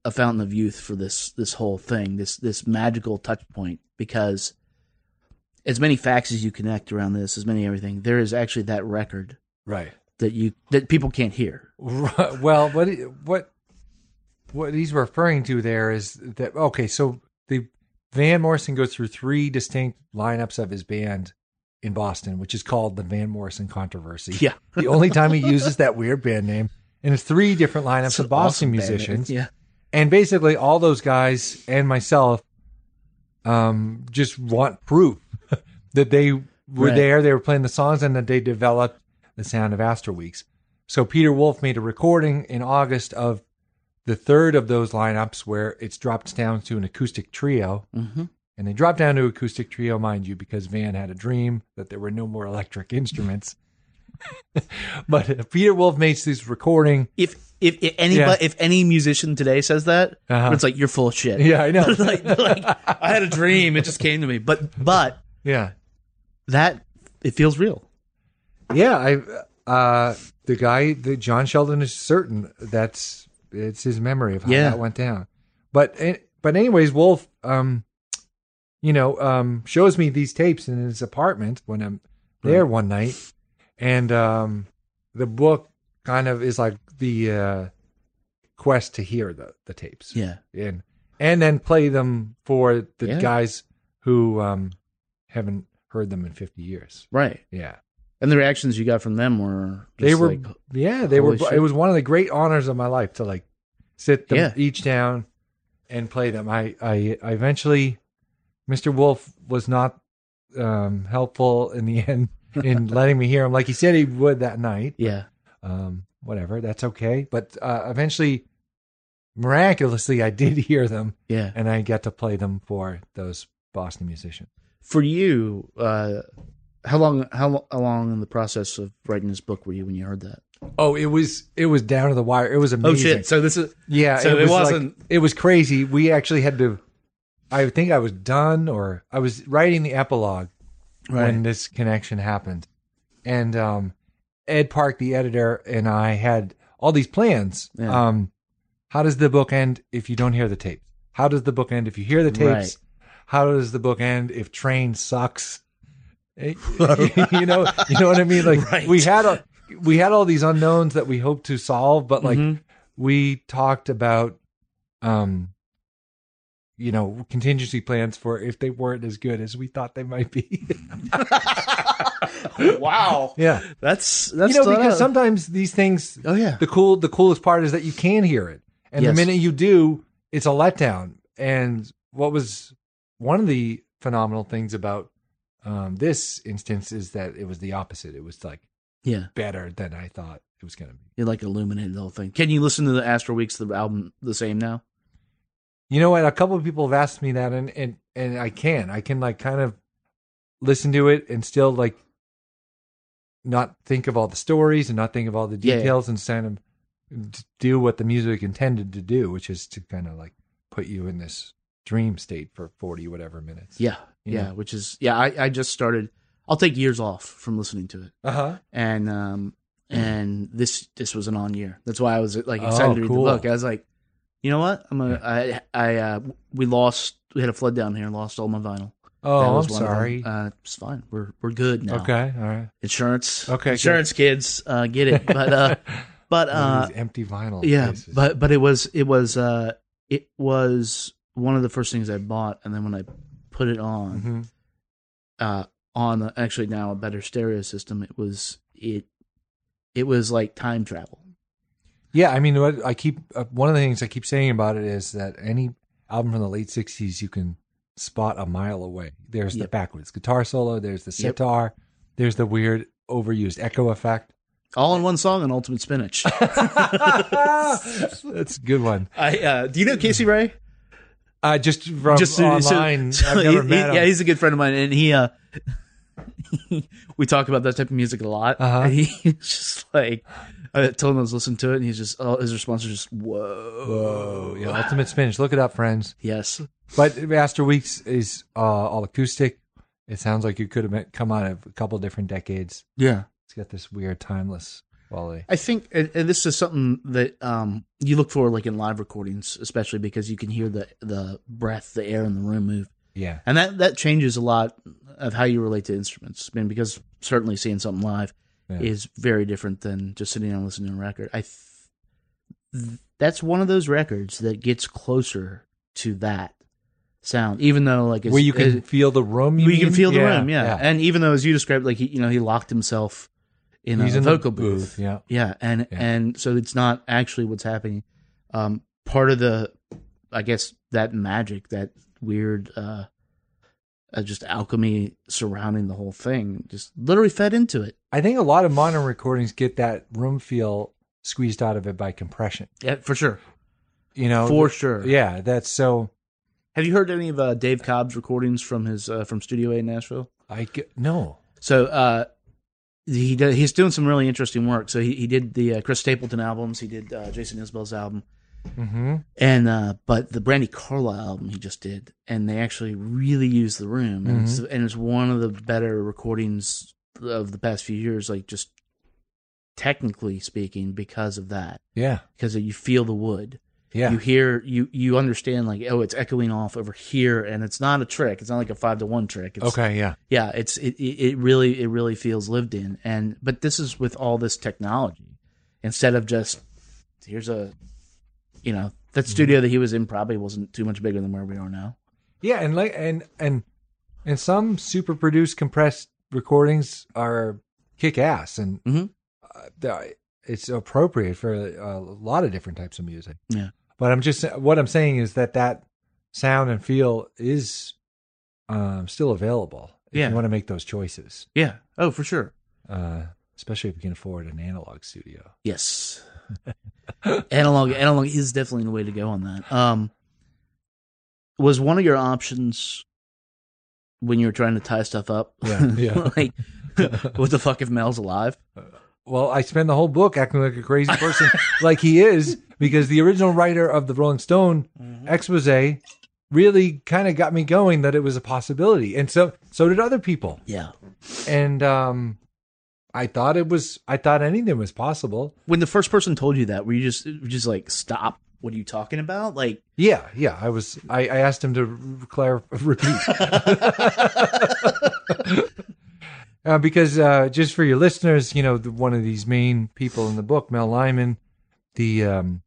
Speaker 5: a fountain of youth for this this whole thing, this this magical touch point because as many facts as you connect around this, as many everything, there is actually that record
Speaker 6: Right.
Speaker 5: that you that people can't hear.
Speaker 6: Right. Well, what he- what what he's referring to there is that okay, so the Van Morrison goes through three distinct lineups of his band in Boston, which is called the Van Morrison controversy.
Speaker 5: Yeah.
Speaker 6: the only time he uses that weird band name, and it's three different lineups
Speaker 5: It's
Speaker 6: of
Speaker 5: an
Speaker 6: Boston
Speaker 5: awesome band.
Speaker 6: musicians,
Speaker 5: Yeah.
Speaker 6: and basically all those guys and myself, um, just want proof that they were
Speaker 5: Right.
Speaker 6: there, they were playing the songs, and that they developed the sound of Astro Weeks. So Peter Wolf made a recording in August of the third of those lineups where it's dropped down to an acoustic trio.
Speaker 5: hmm
Speaker 6: And they dropped down to acoustic trio, mind you, because Van had a dream that there were no more electric instruments. but uh, Peter Wolf makes this recording.
Speaker 5: If if, if any
Speaker 6: Yeah.
Speaker 5: if any musician today says that,
Speaker 6: Uh-huh.
Speaker 5: it's like you're full of shit.
Speaker 6: Yeah, I know.
Speaker 5: like, like I had a dream, it just came to me. But but
Speaker 6: yeah.
Speaker 5: that it feels real.
Speaker 6: Yeah, I uh the guy the John Sheldon is certain that's it's his memory of how
Speaker 5: Yeah.
Speaker 6: that went down. But eh, but anyways, Wolf um you know, um shows me these tapes in his apartment when I'm there one night and um the book kind of is like the uh quest to hear the the tapes
Speaker 5: Yeah.
Speaker 6: and and then play them for the
Speaker 5: Yeah.
Speaker 6: guys who um haven't heard them in 50 years.
Speaker 5: Right.
Speaker 6: Yeah.
Speaker 5: And the reactions you got from them were just
Speaker 6: they were
Speaker 5: like,
Speaker 6: yeah they were
Speaker 5: holy shit.
Speaker 6: it was one of the great honors of my life to like sit them
Speaker 5: Yeah.
Speaker 6: each down and play them i i, I eventually mr wolf was not um helpful in the end in letting me hear him like he said he would that night
Speaker 5: yeah.
Speaker 6: um whatever that's okay but uh eventually miraculously i did hear them
Speaker 5: Yeah.
Speaker 6: and i got to play them for those boston musicians
Speaker 5: For you, uh how long how, lo- how long in the process of writing this book were you when you heard that?
Speaker 6: oh it was it was down to the wire it
Speaker 5: Oh,
Speaker 6: was amazing
Speaker 5: So this is
Speaker 6: Yeah,
Speaker 5: So it
Speaker 6: was
Speaker 5: wasn't-
Speaker 6: Like, it was crazy. We actually had to. I think I was done, or I was writing the epilogue when
Speaker 5: Right.
Speaker 6: this connection happened, and um, Ed Park, the editor, and I had all these plans.
Speaker 5: Yeah.
Speaker 6: Um, how does the book end if you don't hear the tapes? How does the book end if you hear the tapes?
Speaker 5: Right.
Speaker 6: How does the book end if Train sucks? Eh, you know, you know what I mean. Like
Speaker 5: Right.
Speaker 6: we had a, we had all these unknowns that we hoped to solve, but like
Speaker 5: Mhm.
Speaker 6: we talked about um you know contingency plans for if they weren't as good as we thought they might be
Speaker 7: wow.
Speaker 6: Yeah.
Speaker 5: Mm-hmm. That's that's
Speaker 6: you know,
Speaker 5: thought
Speaker 6: because
Speaker 5: out.
Speaker 6: sometimes these things.
Speaker 5: Oh, yeah.
Speaker 6: The cool, the coolest part is that you can hear it, and
Speaker 5: Yes.
Speaker 6: the minute you do, it's a letdown. And what was one of the phenomenal things about um, this instance is that it was the opposite. It was like
Speaker 5: yeah,
Speaker 6: better than I thought it was going to be.
Speaker 5: it like illuminated the whole thing. Can you listen to the Astro Weeks the album the same now?
Speaker 6: You know what? A couple of people have asked me that, and and and I can. I can like kind of listen to it and still like not think of all the stories and not think of all the
Speaker 5: Yeah.
Speaker 6: details and kind of d- do what the music intended to do, which is to kind of like put you in this dream state for forty whatever minutes.
Speaker 5: Yeah,
Speaker 6: You
Speaker 5: yeah,
Speaker 6: know.
Speaker 5: which is yeah. I I just started. I'll take years off from listening to it,
Speaker 6: Uh huh.
Speaker 5: and um and this this was an on year. That's why I was like
Speaker 6: Oh,
Speaker 5: excited to read
Speaker 6: cool.
Speaker 5: the book. I was like, you know what? I'm gonna I I uh we lost we had a flood down here, and lost all my vinyl. That
Speaker 6: Oh,
Speaker 5: was
Speaker 6: I'm
Speaker 5: one of them.
Speaker 6: sorry.
Speaker 5: Uh, it's fine. We're we're good now.
Speaker 6: Okay. All right.
Speaker 5: Insurance.
Speaker 6: Okay,
Speaker 5: Insurance kids, uh, get it. But uh, but
Speaker 6: One
Speaker 5: uh,
Speaker 6: of these empty vinyl.
Speaker 5: yeah
Speaker 6: places.
Speaker 5: but but it was it was uh it was one of the first things i bought and then when i put it on
Speaker 6: Mhm.
Speaker 5: uh on the, actually now a better stereo system it was it it was like time travel
Speaker 6: Yeah, I mean, what I keep uh, one of the things I keep saying about it is that any album from the late '60s you can spot a mile away. There's the
Speaker 5: Yep.
Speaker 6: backwards guitar solo. There's the
Speaker 5: Yep.
Speaker 6: sitar. There's the weird overused echo effect.
Speaker 5: all in one song on ultimate spinach
Speaker 6: That's a good one.
Speaker 5: i uh do you know casey ray uh,
Speaker 6: Uh, just from
Speaker 5: so- so-
Speaker 6: online,
Speaker 5: so
Speaker 6: I've never
Speaker 5: he- he-
Speaker 6: met him.
Speaker 5: yeah he's a good friend of mine and he uh we talk about that type of music a lot
Speaker 6: Uh-huh.
Speaker 5: and he's just like i told him i was listening to it and he's just oh his response was just whoa
Speaker 6: Whoa, yeah, Ultimate Spinach. Look it up, friends.
Speaker 5: yes
Speaker 6: But Master Weeks is uh, all acoustic. It sounds like you could have been- come out of a couple different decades.
Speaker 5: yeah
Speaker 6: It's got this weird timeless quality.
Speaker 5: I think, and, and this is something that um, you look for, like in live recordings, especially because you can hear the the breath, the air in the room move,
Speaker 6: Yeah.
Speaker 5: and that that changes a lot of how you relate to instruments. I mean, because certainly seeing something live
Speaker 6: Yeah.
Speaker 5: is very different than just sitting down listening to a record. I th- that's one of those records that gets closer to that sound, even though like it's,
Speaker 6: where you can
Speaker 5: it-
Speaker 6: feel the room. You
Speaker 5: where you can
Speaker 6: mean?
Speaker 5: feel the room, yeah. And even though, as you described, like he, you know, he locked himself in
Speaker 6: He's
Speaker 5: a
Speaker 6: in the
Speaker 5: vocal booth.
Speaker 6: booth, yeah.
Speaker 5: yeah, and
Speaker 6: Yeah.
Speaker 5: and so it's not actually what's happening. Um, part of the, I guess, that magic, that weird, uh, uh, just alchemy surrounding the whole thing, just literally fed into it.
Speaker 6: I think a lot of modern recordings get that room feel squeezed out of it by compression.
Speaker 5: Yeah, for sure,
Speaker 6: You know,
Speaker 5: for sure.
Speaker 6: yeah, that's so.
Speaker 5: Have you heard any of uh, Dave Cobb's recordings from his uh, from Studio A in Nashville?
Speaker 6: I get, no.
Speaker 5: So uh, he do- he's doing some really interesting work. So he, he did the uh, Chris Stapleton albums. He did uh, Jason Isbell's album,
Speaker 6: Mm-hmm.
Speaker 5: and uh, but the Brandy Carlisle album he just did, and they actually really used the room, and, it's, and it's one of the better recordings of the past few years. Like just technically speaking, because of that,
Speaker 6: Yeah,
Speaker 5: because you feel the wood.
Speaker 6: yeah,
Speaker 5: You hear you you understand like oh it's echoing off over here and it's not a trick it's not like a five to one trick it's,
Speaker 6: okay, yeah,
Speaker 5: yeah it's it, it it really it really feels lived in and but this is with all this technology instead of just here's a you know that studio that he was in probably wasn't too much bigger than where we are now
Speaker 6: yeah, and like and and and some super produced compressed recordings are kick ass, and
Speaker 5: Mhm.
Speaker 6: uh, they're- it's appropriate for a lot of different types of music.
Speaker 5: Yeah.
Speaker 6: but I'm just what I'm saying is that that sound and feel is um, still available. If
Speaker 5: Yeah.
Speaker 6: you want to make those choices.
Speaker 5: yeah oh for sure
Speaker 6: uh, especially if you can afford an analog studio.
Speaker 5: yes analog analog is definitely the way to go on that um was one of your options when you were trying to tie stuff up
Speaker 6: Yeah, yeah.
Speaker 5: like what the fuck if mel's alive
Speaker 6: Well, I spend the whole book acting like a crazy person, like he is, because the original writer of the Rolling Stone expose really kind of got me going that it was a possibility, and so so did other people,
Speaker 5: yeah
Speaker 6: and um, I thought it was, I thought anything was possible.
Speaker 5: when the first person told you that, were you just were you just like stop? What are you talking about? Like,
Speaker 6: Yeah, yeah. I was, I, I asked him to clar- repeat. Uh, because uh, just for your listeners, you know, the, one of these main people in the book, Mel Lyman, the um,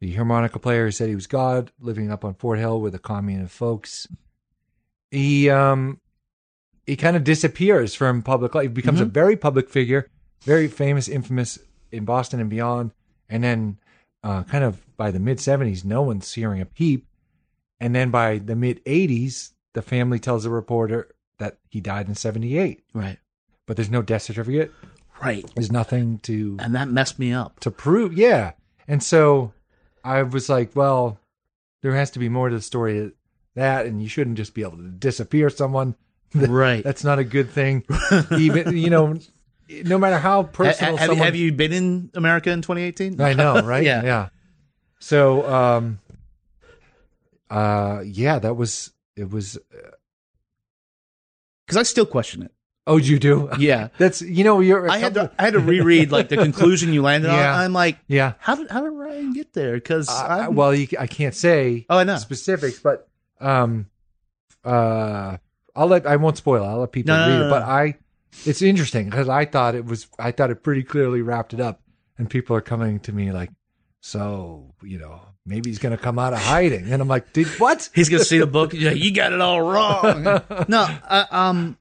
Speaker 6: the harmonica player who said he was God, living up on Fort Hill with a commune of folks. He um, he kind of disappears from public life. He becomes a very public figure, very famous, infamous in Boston and beyond. And then, uh, kind of by the mid 70s, no one's searing a peep. And then by the mid 80s, the family tells the reporter that he died in 78,
Speaker 5: Right.
Speaker 6: but there's no death certificate.
Speaker 5: Right.
Speaker 6: There's nothing to
Speaker 5: And that messed me up.
Speaker 6: to prove. Yeah. And so I was like, well, there has to be more to the story than that, and you shouldn't just be able to disappear someone.
Speaker 5: Right.
Speaker 6: That's not a good thing. Even you know, no matter
Speaker 5: Ha-
Speaker 6: how
Speaker 5: ha-
Speaker 6: personal
Speaker 5: have,
Speaker 6: someone.
Speaker 5: have you been in America in 2018?
Speaker 6: I know, right?
Speaker 5: Yeah.
Speaker 6: Yeah. So, um, uh, yeah, that was it. Was
Speaker 5: Because I still question it.
Speaker 6: oh, you do?
Speaker 5: Yeah.
Speaker 6: That's you know you're. a
Speaker 5: I had
Speaker 6: couple-
Speaker 5: to I had to reread like the conclusion you landed
Speaker 6: Yeah.
Speaker 5: on. I'm like,
Speaker 6: yeah.
Speaker 5: how did how did Ryan get there? Because
Speaker 6: I- I- well, you, I can't say.
Speaker 5: Oh, I know.
Speaker 6: specifics, but um, uh, I'll let I won't spoil. it. I'll let people
Speaker 5: No, no,
Speaker 6: read
Speaker 5: no,
Speaker 6: it.
Speaker 5: no.
Speaker 6: But I, it's interesting because I thought it was. I thought it pretty clearly wrapped it up, and people are coming to me like, so you know, maybe he's going to come out of hiding, and I'm like, did what?
Speaker 5: he's gonna see the book. Yeah, you got it all wrong. no, uh, um,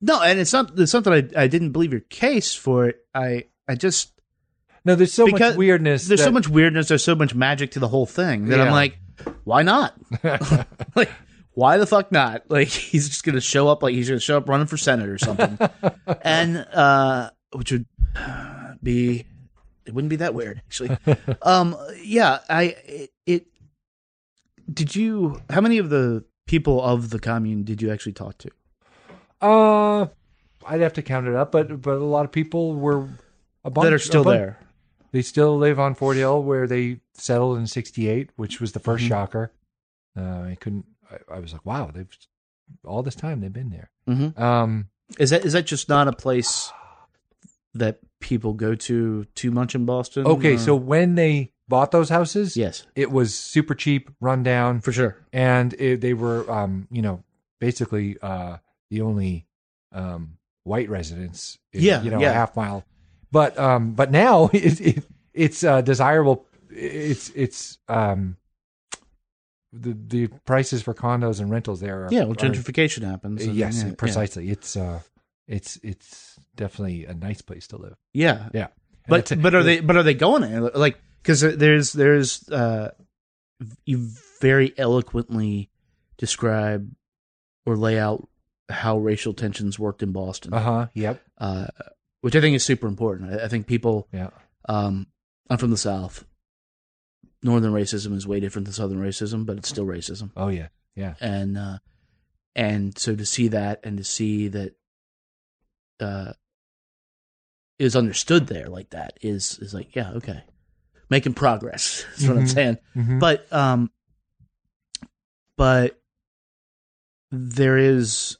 Speaker 5: no, and it's not. It's not that I, I didn't believe your case for it. I I just
Speaker 6: No, there's so
Speaker 5: Because
Speaker 6: much weirdness.
Speaker 5: there's so
Speaker 6: that-
Speaker 5: much weirdness. There's so much magic to the whole thing that I'm
Speaker 6: Yeah.
Speaker 5: like, why not? like, why the fuck not? Like, he's just gonna show up. Like, he's gonna show up running for senate or something, and uh, which would be it wouldn't be that weird actually. um, yeah, I it, it. Did you? How many of the people of the commune did you actually talk to?
Speaker 6: Uh, I'd have to count it up, but but a lot of people were a bunch
Speaker 5: that are
Speaker 6: a
Speaker 5: still
Speaker 6: bunch-
Speaker 5: there.
Speaker 6: They still live on Fort Hill, where they settled in '68, which was the 1st
Speaker 5: Mm-hmm.
Speaker 6: shocker. Uh, I couldn't. I, I was like, wow, they've all this time they've been there.
Speaker 5: Mhm.
Speaker 6: Um,
Speaker 5: Is that is that just not a place that people go to too much in Boston?
Speaker 6: okay,
Speaker 5: or-
Speaker 6: so when they bought those houses,
Speaker 5: yes,
Speaker 6: it was super cheap, run down,
Speaker 5: for sure.
Speaker 6: and it, they were, um, you know, basically uh, the only um, white residents. in,
Speaker 5: Yeah,
Speaker 6: you know,
Speaker 5: yeah.
Speaker 6: a half mile. But um, but now it, it, it's uh, desirable. It's it's um, the the prices for condos and rentals there. Are,
Speaker 5: Yeah, well,
Speaker 6: are-
Speaker 5: gentrification happens. and-
Speaker 6: yes,
Speaker 5: yeah,
Speaker 6: precisely. It's uh, it's it's definitely a nice place to live.
Speaker 5: Yeah,
Speaker 6: Yeah, And
Speaker 5: but
Speaker 6: it's a-
Speaker 5: but are they but are they going in? like because there's there's uh you very eloquently describe or lay out how racial tensions worked in Boston,
Speaker 6: Uh huh. Yep.
Speaker 5: uh, which I think is super important. I, I think people
Speaker 6: Yeah.
Speaker 5: Um, I'm from the South. Northern racism is way different than Southern racism, but it's still racism.
Speaker 6: Oh yeah.
Speaker 5: And uh, and so to see that and to see that uh, it was understood there like that is is like yeah okay, making progress. That's what I'm
Speaker 6: Mhm.
Speaker 5: saying.
Speaker 6: Mhm.
Speaker 5: But um, but there is,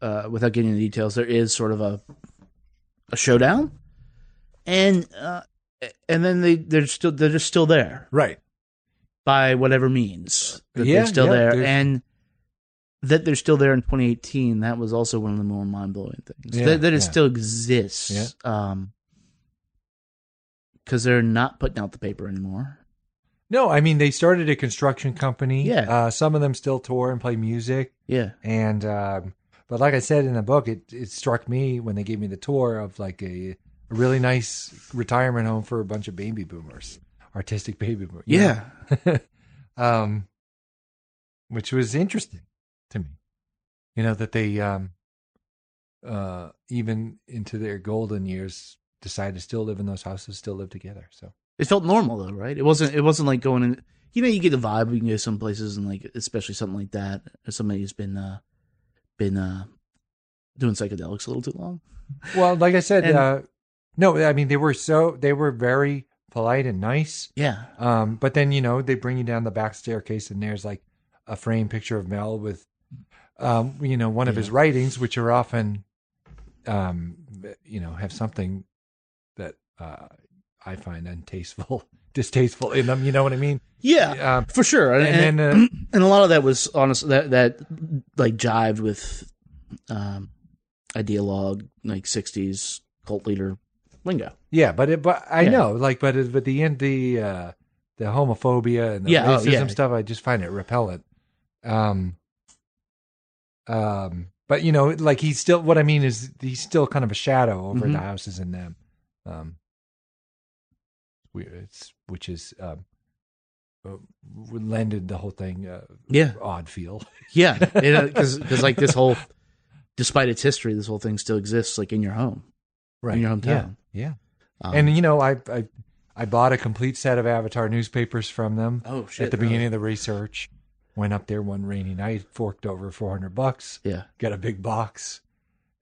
Speaker 5: uh, without getting into details, there is sort of a a showdown, and uh, and then they they're still they're just still there
Speaker 6: right.
Speaker 5: by whatever means that
Speaker 6: Yeah,
Speaker 5: they're still
Speaker 6: yeah,
Speaker 5: there
Speaker 6: there's-
Speaker 5: and. That they're still there in 2018. That was also one of the more mind blowing things.
Speaker 6: Yeah,
Speaker 5: that that it
Speaker 6: yeah.
Speaker 5: still exists.
Speaker 6: Yeah.
Speaker 5: Um, because they're not putting out the paper anymore.
Speaker 6: No, I mean they started a construction company.
Speaker 5: Yeah.
Speaker 6: Uh, some of them still tour and play music.
Speaker 5: Yeah.
Speaker 6: And um, but like I said in the book, it it struck me when they gave me the tour of like a, a really nice retirement home for a bunch of baby boomers, artistic baby boomers. you
Speaker 5: Yeah.
Speaker 6: know? um, which was interesting to me. You know that they um, uh, even into their golden years decided to still live in those houses, still live together. So
Speaker 5: It felt normal though, right? It wasn't. It wasn't like going in. You know, you get the vibe. You can go some places and like, especially something like that, or somebody who's been uh, been uh, doing psychedelics a little too long.
Speaker 6: well, like I said,
Speaker 5: And-
Speaker 6: uh, no, I mean they were so they were very polite and nice.
Speaker 5: Yeah,
Speaker 6: Um, but then you know they bring you down the back staircase, and there's like a framed picture of Mel with, um, you know, one of his writings, which are often, um, you know, have something that uh, I find untasteful, distasteful in them. You know what I mean?
Speaker 5: yeah,
Speaker 6: Um,
Speaker 5: for sure. Uh, And,
Speaker 6: and
Speaker 5: and,
Speaker 6: then, uh,
Speaker 5: and a lot of that was honestly that that like jived with, um, ideologue like '60s cult leader lingo.
Speaker 6: Yeah, but it, but I
Speaker 5: Yeah.
Speaker 6: know, like, but it, but the end, the uh, the homophobia and the
Speaker 5: Yeah, oh,
Speaker 6: racism
Speaker 5: yeah.
Speaker 6: stuff, I just find it repellent. Um, um, But you know, like he's still what I mean is he's still kind of a shadow over
Speaker 5: Mm-hmm.
Speaker 6: the houses in them. Um, we, it's which is um, uh, lended the whole thing uh,
Speaker 5: Yeah.
Speaker 6: odd feel.
Speaker 5: Yeah, because like this whole, despite its history, this whole thing still exists, like in your home,
Speaker 6: Right.
Speaker 5: in your hometown.
Speaker 6: Yeah. yeah.
Speaker 5: Um,
Speaker 6: and you know, I, I I bought a complete set of Avatar newspapers from them.
Speaker 5: Oh, shit,
Speaker 6: At the
Speaker 5: really?
Speaker 6: beginning of the research, went up there one rainy night, forked over four hundred bucks,
Speaker 5: yeah,
Speaker 6: got a big box,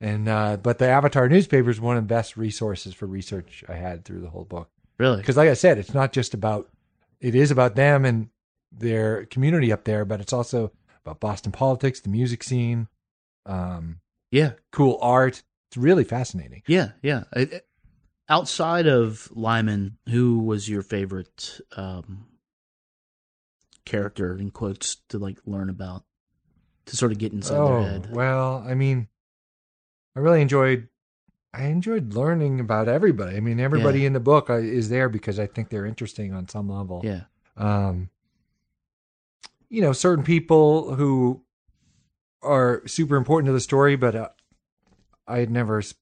Speaker 6: and uh, but the Avatar newspaper is one of the best resources for research I had through the whole book
Speaker 5: really,
Speaker 6: because, like I said, it's not just about it is about them and their community up there, but it's also about Boston politics, the music scene, um,
Speaker 5: yeah,
Speaker 6: cool art. It's really fascinating.
Speaker 5: yeah, yeah. I, I- outside of Lyman, who was your favorite um, character in quotes to like learn about to sort of get inside
Speaker 6: oh,
Speaker 5: their head?
Speaker 6: Well, I mean, I really enjoyed. I enjoyed learning about everybody. I mean, everybody
Speaker 5: Yeah.
Speaker 6: in the book uh, is there because I think they're interesting on some level.
Speaker 5: Yeah,
Speaker 6: Um, you know, certain people who are super important to the story, but uh, I had never s-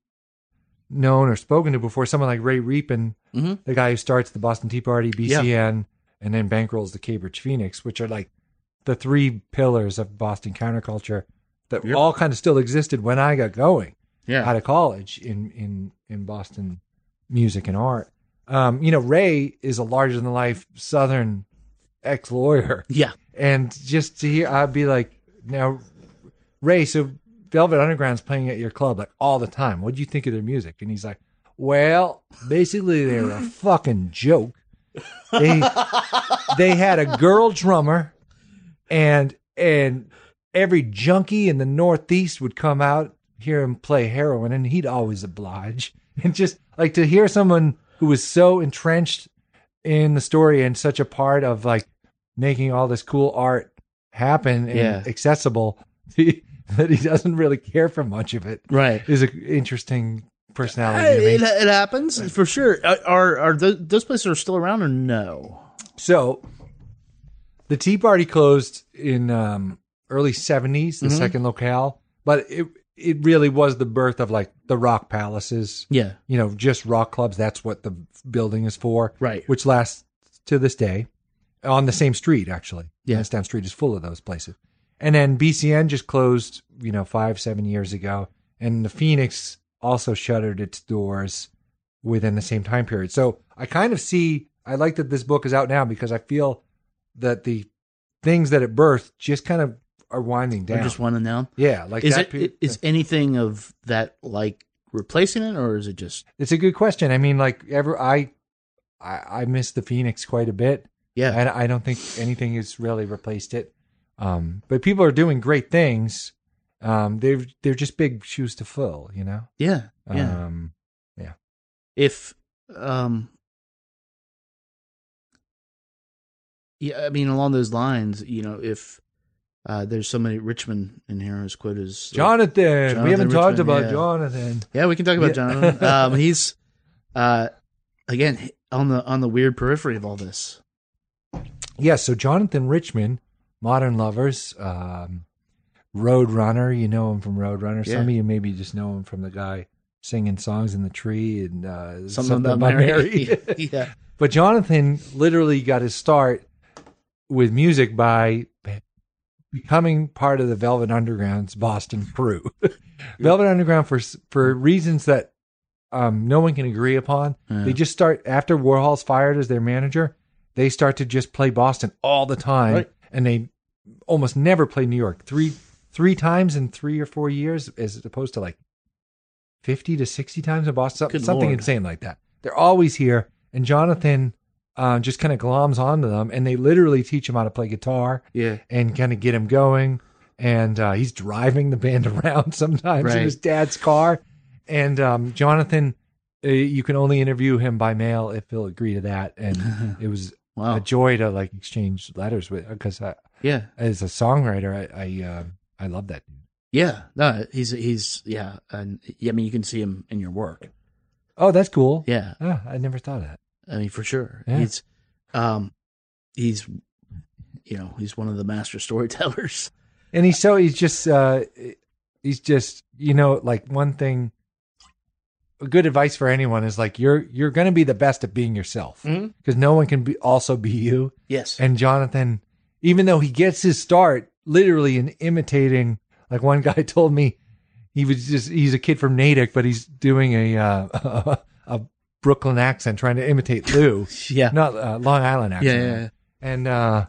Speaker 6: known or spoken to before. Someone like Ray Reepin,
Speaker 5: Mhm.
Speaker 6: the guy who starts the Boston Tea Party, BCN, and then bankrolls the Cambridge Phoenix, which are like the three pillars of Boston counterculture that
Speaker 5: Yep.
Speaker 6: all kind of still existed when I got going
Speaker 5: yeah,
Speaker 6: out of college in in in Boston music and art. Um, you know, Ray is a larger than life Southern ex lawyer,
Speaker 5: yeah,
Speaker 6: and just to hear, I'd be like, now, Ray, so Velvet Underground's playing at your club like all the time. What do you think of their music? And he's like, well, basically they're a fucking joke. They they had a girl drummer, and and every junkie in the Northeast would come out hear him play heroin, and he'd always oblige. And just like to hear someone who was so entrenched in the story and such a part of like making all this cool art happen and
Speaker 5: Yeah.
Speaker 6: accessible that he doesn't really care for much of it
Speaker 5: right.
Speaker 6: is an interesting personality. to me.
Speaker 5: It, it happens for sure. Are are, are those, those places are still around or no?
Speaker 6: So the Tea Party closed in um, early 70s, the second locale, but it it really was the birth of like the rock palaces,
Speaker 5: Yeah,
Speaker 6: you know, just rock clubs. That's what the building is for.
Speaker 5: Right.
Speaker 6: Which lasts to this day on the same street, actually.
Speaker 5: Yeah.
Speaker 6: Lansdowne Street is full of those places. And then BCN just closed, you know, five, seven years ago. And the Phoenix also shuttered its doors within the same time period. So I kind of see, I like that this book is out now because I feel that the things that it birthed just kind of are winding
Speaker 5: I
Speaker 6: down.
Speaker 5: just one and down.
Speaker 6: yeah. Like
Speaker 5: is
Speaker 6: that
Speaker 5: it
Speaker 6: period-
Speaker 5: is anything of that like replacing it or is it just
Speaker 6: It's a good question. I mean, like ever, I, I, I miss the Phoenix quite a bit.
Speaker 5: yeah
Speaker 6: I, I don't think anything has really replaced it. Um, but people are doing great things. Um, they're they're just big shoes to fill, you know.
Speaker 5: yeah yeah
Speaker 6: Um,
Speaker 5: if um yeah i mean along those lines you know if uh there's somebody richmond in here who's quoted as
Speaker 6: Jonathan, we
Speaker 5: Jonathan
Speaker 6: haven't talked
Speaker 5: Richmond,
Speaker 6: about
Speaker 5: yeah.
Speaker 6: Jonathan.
Speaker 5: yeah we can talk about
Speaker 6: Yeah.
Speaker 5: jonathan um he's uh again on the on the weird periphery of all this
Speaker 6: Yeah, so Jonathan Richmond, Modern Lovers, um, Roadrunner. You know him from Roadrunner.
Speaker 5: Yeah.
Speaker 6: Some of you maybe just know him from the guy singing songs in the tree and uh,
Speaker 5: something, about mary, yeah
Speaker 6: But Jonathan literally got his start with music by becoming part of the Velvet Underground's Boston crew. Velvet Underground for for reasons that um, no one can agree upon. They just start after Warhol's fired as their manager. They start to just play Boston all the time,
Speaker 5: Right.
Speaker 6: and they almost never play New York three three times in three or four years, as opposed to like fifty to sixty times in Boston, something,
Speaker 5: Good
Speaker 6: something
Speaker 5: Lord.
Speaker 6: insane like that. They're always here, and Jonathan uh, just kind of gloms onto them, and they literally teach him how to play guitar
Speaker 5: yeah
Speaker 6: and kind of get him going. And uh, he's driving the band around sometimes in
Speaker 5: Right.
Speaker 6: his dad's car. And um, Jonathan, uh, you can only interview him by mail if he'll agree to that. And it was
Speaker 5: wow
Speaker 6: a joy to like exchange letters with uh, because
Speaker 5: yeah
Speaker 6: as a songwriter, I I, um I love that. dude.
Speaker 5: yeah no he's he's yeah and i mean you can see him in your work
Speaker 6: Oh, that's cool.
Speaker 5: yeah
Speaker 6: Ah, I never thought of that.
Speaker 5: I mean, for sure.
Speaker 6: Yeah.
Speaker 5: He's, um, he's, you know, he's one of the master storytellers.
Speaker 6: And he's so he's just uh, he's just you know like one thing good advice for anyone is like you're you're going to be the best at being yourself because
Speaker 5: Mhm.
Speaker 6: no one can be also be you
Speaker 5: Yes.
Speaker 6: and jonathan even though he gets his start literally in imitating like one guy told me he was just he's a kid from natick but he's doing a uh, a, brooklyn accent trying to imitate lou
Speaker 5: yeah.
Speaker 6: not uh, long island
Speaker 5: yeah.
Speaker 6: accent
Speaker 5: Yeah. yeah.
Speaker 6: and uh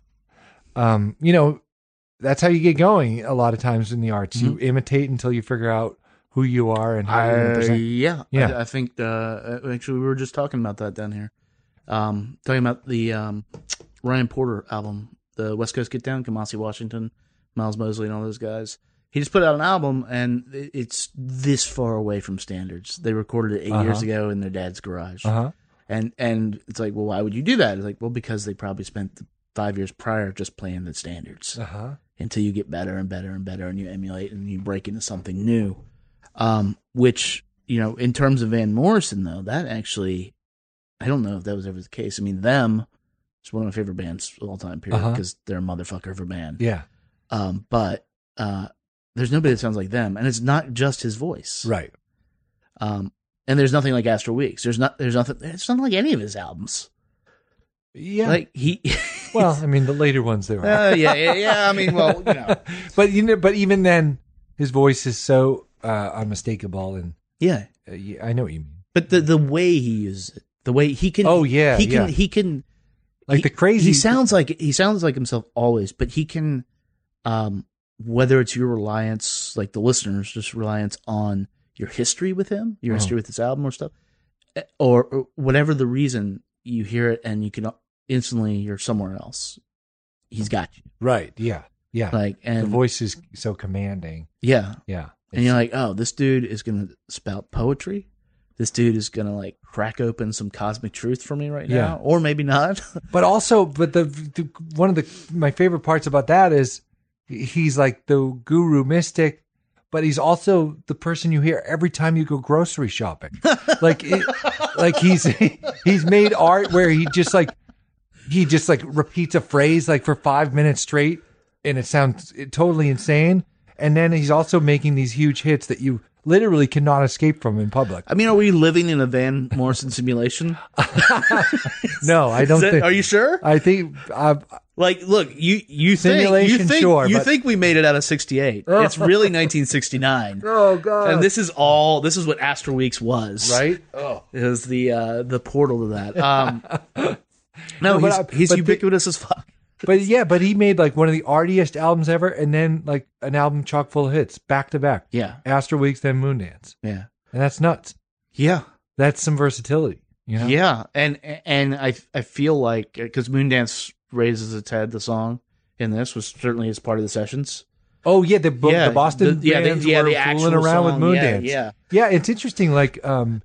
Speaker 6: um you know that's how you get going a lot of times in the arts you imitate until you figure out who you are and how you're gonna
Speaker 5: Mm-hmm. I,
Speaker 6: present.
Speaker 5: yeah,
Speaker 6: Yeah.
Speaker 5: I, I think uh, actually we were just talking about that down here, um, talking about the um, Ryan Porter album, the West Coast Get Down, Kamasi Washington, Miles Mosley, and all those guys. He just put out an album, and it- it's this far away from standards. They recorded it 8 years
Speaker 6: Uh-huh.
Speaker 5: ago in their dad's garage,
Speaker 6: uh-huh
Speaker 5: and and it's like, well, why would you do that? It's like, well, because they probably spent the five years prior just playing the standards
Speaker 6: uh-huh
Speaker 5: until you get better and better and better and you emulate and you break into something new. Um, which, you know, in terms of Van Morrison, though, that actually, I don't know if that was ever the case. I mean, them is one of my favorite bands of all time, period,
Speaker 6: Uh-huh.
Speaker 5: because they're a motherfucker of a band.
Speaker 6: yeah
Speaker 5: Um, but uh, there's nobody that sounds like them. And it's not just his voice.
Speaker 6: right
Speaker 5: Um, and there's nothing like Astro Weeks. There's not, there's nothing, it's not like any of his albums.
Speaker 6: yeah
Speaker 5: Like he,
Speaker 6: well i mean the later ones they were
Speaker 5: Uh, yeah, yeah, yeah. I mean, well, you know,
Speaker 6: but you know but even then his voice is so uh unmistakable and
Speaker 5: yeah.
Speaker 6: uh, yeah, i know what you mean
Speaker 5: But the the way he uses it, the way he can.
Speaker 6: Oh, yeah,
Speaker 5: he can.
Speaker 6: yeah.
Speaker 5: He can.
Speaker 6: like
Speaker 5: he-
Speaker 6: the crazy
Speaker 5: He sounds like he sounds like himself always, but he can. Um, whether it's your reliance, like the listeners, just reliance on your history with him, your
Speaker 6: Oh.
Speaker 5: history with this album or stuff, eh, or, or whatever the reason you hear it and you can instantly you're somewhere else. He's got you.
Speaker 6: right yeah yeah
Speaker 5: Like and
Speaker 6: the voice is so commanding
Speaker 5: yeah,
Speaker 6: yeah
Speaker 5: and you're like, oh, this dude is gonna spout poetry. This dude is gonna like crack open some cosmic truth for me right now,
Speaker 6: Yeah.
Speaker 5: or maybe not.
Speaker 6: but also but the, the one of the my favorite parts about that is he's like the guru mystic but he's also the person you hear every time you go grocery shopping like it, like he's he's made art where he just like he just like repeats a phrase like for 5 minutes straight and it sounds totally insane and then he's also making these huge hits that you literally cannot escape from in public
Speaker 5: I mean, are we living in a Van Morrison simulation?
Speaker 6: no i
Speaker 5: Is
Speaker 6: don't
Speaker 5: that-
Speaker 6: think
Speaker 5: are you sure?
Speaker 6: i think uh, i
Speaker 5: Like, look, you you think you
Speaker 6: Simulation,
Speaker 5: think
Speaker 6: sure,
Speaker 5: you
Speaker 6: but-
Speaker 5: think we made it out of '68? it's really 1969,
Speaker 6: oh god
Speaker 5: and this is all this is what Astro Weeks was.
Speaker 6: right oh
Speaker 5: is the uh, the portal to that. Um, no,
Speaker 6: No, but
Speaker 5: he's,
Speaker 6: I-
Speaker 5: he's
Speaker 6: but the-
Speaker 5: ubiquitous as fuck.
Speaker 6: But yeah, but he made like one of the artiest albums ever, and then like an album chock full of hits back to back.
Speaker 5: Yeah,
Speaker 6: Astro Weeks, then Moondance,
Speaker 5: yeah,
Speaker 6: and that's nuts.
Speaker 5: yeah.
Speaker 6: That's some versatility. You know?
Speaker 5: Yeah, and and I I feel like because Moondance raises its head, the song in this was certainly as part of the sessions.
Speaker 6: Oh yeah, the, bo- the Boston
Speaker 5: yeah, the,
Speaker 6: bands
Speaker 5: yeah,
Speaker 6: were
Speaker 5: the
Speaker 6: fooling
Speaker 5: actual
Speaker 6: around with
Speaker 5: song,
Speaker 6: Moondance.
Speaker 5: Yeah, yeah.
Speaker 6: yeah. It's interesting. Like, um,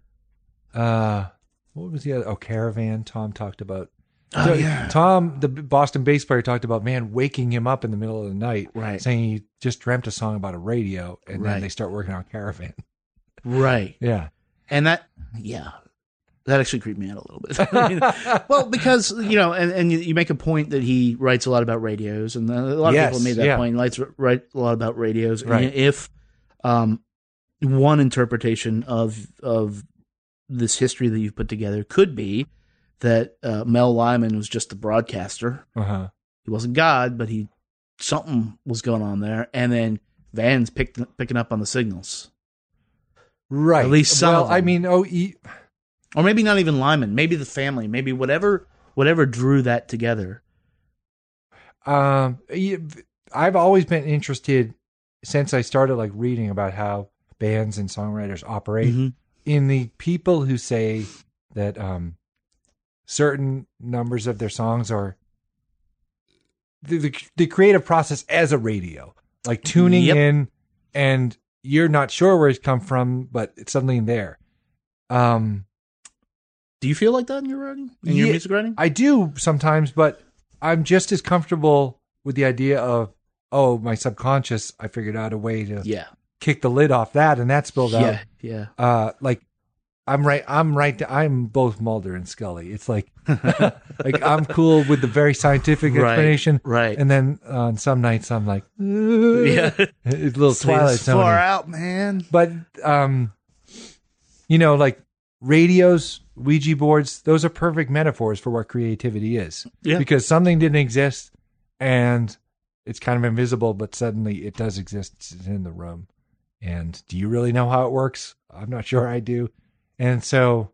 Speaker 6: uh, what was the other? Oh, Caravan. Tom talked about.
Speaker 5: Oh,
Speaker 6: So, Tom, the Boston bass player, talked about man waking him up in the middle of the night,
Speaker 5: Right.
Speaker 6: saying he just dreamt a song about a radio, and
Speaker 5: Right.
Speaker 6: then they start working on Caravan.
Speaker 5: right.
Speaker 6: Yeah.
Speaker 5: And that, yeah, that actually creeped me out a little bit. I mean, well, because you know, and and you, you make a point that he writes a lot about radios, and uh, a lot of
Speaker 6: Yes,
Speaker 5: people made that
Speaker 6: yeah.
Speaker 5: point. Writes write a lot about radios,
Speaker 6: Right.
Speaker 5: and if um, one interpretation of of this history that you've put together could be that uh, Mel Lyman was just the broadcaster.
Speaker 6: Uh huh.
Speaker 5: He wasn't God, but he something was going on there, and then Van's picked, picking up on the signals.
Speaker 6: Right.
Speaker 5: At least some
Speaker 6: Well,
Speaker 5: of
Speaker 6: I
Speaker 5: them.
Speaker 6: mean, oh, e-
Speaker 5: or maybe not even Lyman, maybe the family, maybe whatever whatever drew that together.
Speaker 6: um, you- I've always been interested since I started like reading about how bands and songwriters operate
Speaker 5: Mhm.
Speaker 6: in the people who say that um, certain numbers of their songs are the, the the creative process as a radio, like tuning
Speaker 5: Yep.
Speaker 6: in, and you're not sure where it's come from, but it's suddenly there. Um,
Speaker 5: Do you feel like that in your writing, in your
Speaker 6: Yeah.
Speaker 5: music writing?
Speaker 6: I do sometimes, but I'm just as comfortable with the idea of, oh, my subconscious, I figured out a way to
Speaker 5: yeah,
Speaker 6: kick the lid off that and that spilled
Speaker 5: yeah,
Speaker 6: out.
Speaker 5: yeah.
Speaker 6: Uh, like I'm right. I'm right. I'm both Mulder and Scully. It's like, like I'm cool with the very scientific
Speaker 5: Right,
Speaker 6: explanation,
Speaker 5: right.
Speaker 6: And then on some nights I'm like, yeah, it's a little Twilight
Speaker 5: It's far
Speaker 6: Zone.
Speaker 5: out, man.
Speaker 6: But um, you know, like radios, Ouija boards, those are perfect metaphors for what creativity is.
Speaker 5: Yeah.
Speaker 6: because something didn't exist, and it's kind of invisible, but suddenly it does exist. It's in the room. And do you really know how it works? I'm not sure I do. And so,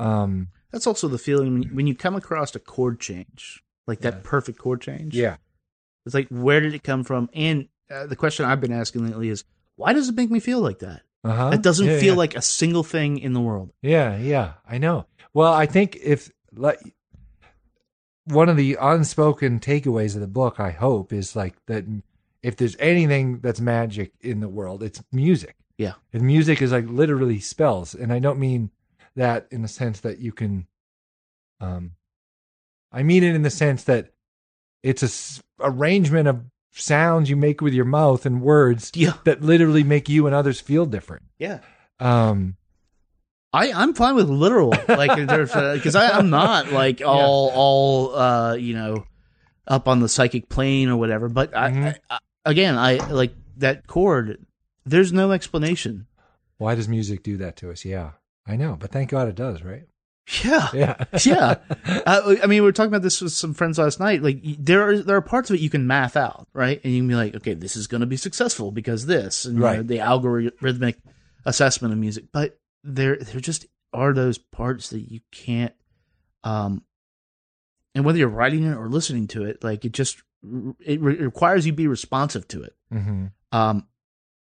Speaker 6: um,
Speaker 5: That's also the feeling when you, when you come across a chord change, like that perfect chord change.
Speaker 6: yeah,
Speaker 5: It's like, where did it come from? And uh, the question I've been asking lately is, why does it make me feel like that?
Speaker 6: uh-huh.
Speaker 5: It doesn't
Speaker 6: Yeah,
Speaker 5: feel
Speaker 6: yeah.
Speaker 5: like a single thing in the world.
Speaker 6: Yeah, yeah, I know. Well, I think if like one of the unspoken takeaways of the book, I hope, is like that if there's anything that's magic in the world, it's music.
Speaker 5: Yeah.
Speaker 6: And music is like literally spells. And I don't mean that in the sense that you can um I mean it in the sense that it's a s- arrangement of sounds you make with your mouth and words
Speaker 5: Yeah.
Speaker 6: that literally make you and others feel different.
Speaker 5: Yeah.
Speaker 6: Um
Speaker 5: I, I'm fine with literal, like, because I'm not like all all uh, you know up on the psychic plane or whatever. But I,
Speaker 6: Mhm.
Speaker 5: I, I again, I like that chord. There's no explanation.
Speaker 6: Why does music do that to us? Yeah, I know, but thank God it does, right?
Speaker 5: Yeah,
Speaker 6: Yeah,
Speaker 5: yeah. Uh, I, I mean, we were talking about this with some friends last night. Like, y- there are there are parts of it you can math out, right? And you can be like, okay, this is going to be successful because this, and you know,
Speaker 6: Right.
Speaker 5: the algorithmic assessment of music. But there, there just are those parts that you can't. Um, and whether you're writing it or listening to it, like it just it re- requires you be responsive to it.
Speaker 6: hmm
Speaker 5: Um,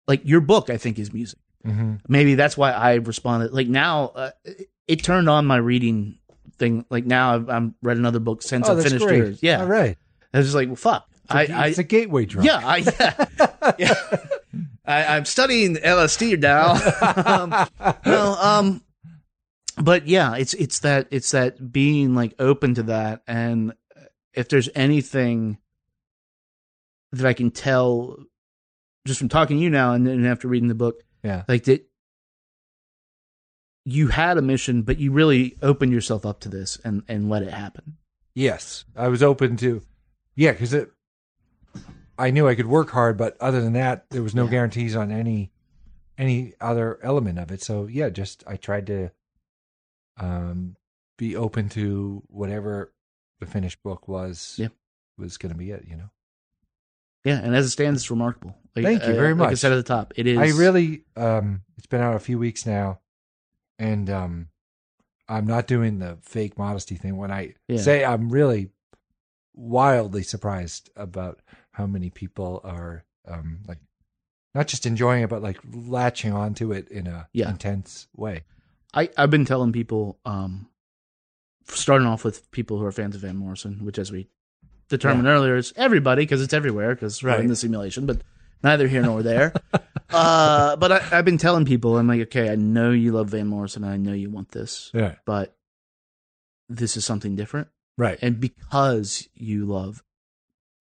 Speaker 5: like your book, I think is music
Speaker 6: hmm
Speaker 5: maybe that's why I responded. Like now, uh, it, it turned on my reading thing. Like now, I've I'm read another book since
Speaker 6: Oh,
Speaker 5: I
Speaker 6: that's
Speaker 5: finished
Speaker 6: great.
Speaker 5: yours. Yeah,
Speaker 6: all right.
Speaker 5: I was just like, well, fuck. I,
Speaker 6: It's a-
Speaker 5: I
Speaker 6: it's a gateway drug.
Speaker 5: yeah, I, yeah, yeah. I, I'm studying LSD now. um, no, um, but yeah, it's it's that it's that being like open to that, and if there's anything that I can tell just from talking to you now, and then after reading the book,
Speaker 6: Yeah.
Speaker 5: like that you had a mission, but you really opened yourself up to this and and let it happen.
Speaker 6: Yes, I was open to. Yeah, because it. I knew I could work hard, but other than that, there was no guarantees on any, any other element of it. So yeah, just I tried to, um, be open to whatever the finished book was.
Speaker 5: Yeah.
Speaker 6: Was going to be it, you know.
Speaker 5: Yeah, and as it stands, it's remarkable. Like,
Speaker 6: Thank you
Speaker 5: uh,
Speaker 6: very
Speaker 5: Like I
Speaker 6: much.
Speaker 5: said at the top, it is.
Speaker 6: I really um it's been out a few weeks now and um I'm not doing the fake modesty thing when I
Speaker 5: Yeah.
Speaker 6: say I'm really wildly surprised about how many people are um like not just enjoying it but like latching onto it in a
Speaker 5: Yeah.
Speaker 6: intense way.
Speaker 5: I, I've been telling people, um, starting off with people who are fans of Van Morrison, which, as we determined earlier, is everybody because it's everywhere because we're in
Speaker 6: Right.
Speaker 5: the simulation, but neither here nor there. uh, but I, I've been telling people, I'm like, okay, I know you love Van Morrison, and I know you want this,
Speaker 6: Yeah.
Speaker 5: but this is something different.
Speaker 6: Right.
Speaker 5: And because you love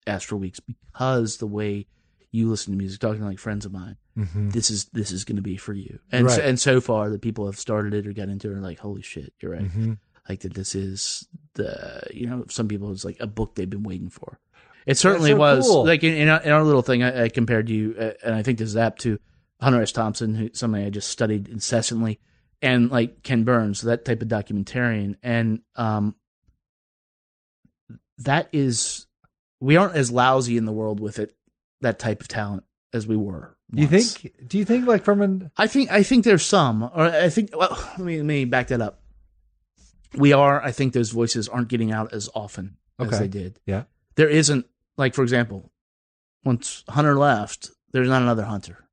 Speaker 5: Astral Weeks, because the way you listen to music, talking to like friends of mine,
Speaker 6: hmm
Speaker 5: this is this is going to be for you. And so,
Speaker 6: Right.
Speaker 5: and so far, the people have started it or got into it are like, holy shit, you're right.
Speaker 6: hmm
Speaker 5: Like that, this is the you know some people it's like a book they've been waiting for. It certainly
Speaker 6: so
Speaker 5: was
Speaker 6: cool.
Speaker 5: like in, in, our, in our little thing. I, I compared you, uh, and I think this is apt to Hunter S. Thompson, who somebody I just studied incessantly, and like Ken Burns, that type of documentarian, and um, that is we aren't as lousy in the world with it that type of talent as we were.
Speaker 6: You
Speaker 5: once.
Speaker 6: think do you think like from an
Speaker 5: I think I think there's some, or I think. Well, let me let me back that up. We are. I think those voices aren't getting out as often as
Speaker 6: Okay.
Speaker 5: they did.
Speaker 6: Yeah.
Speaker 5: there isn't like for example, once Hunter left, there's not another Hunter.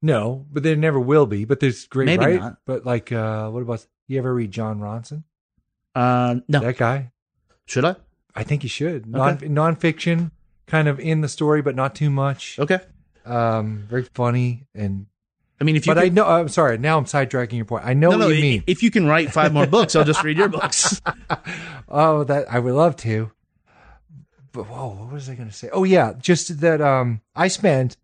Speaker 6: no, but there never will be, but there's great
Speaker 5: Maybe
Speaker 6: right?
Speaker 5: not.
Speaker 6: But like uh what about you ever read John Ronson?
Speaker 5: Uh, no,
Speaker 6: That guy?
Speaker 5: should I?
Speaker 6: I think you should. Non nonfiction, kind of in the story, but not too much.
Speaker 5: Okay.
Speaker 6: Um, very funny and.
Speaker 5: I mean, if you
Speaker 6: But I
Speaker 5: can,
Speaker 6: know. I'm sorry. Now I'm sidetracking your point. I know what you
Speaker 5: i-
Speaker 6: mean.
Speaker 5: if you can write five more books, I'll just read your books.
Speaker 6: oh, that I would love to. But whoa, what was I going to say? Oh yeah, just that. Um, I spent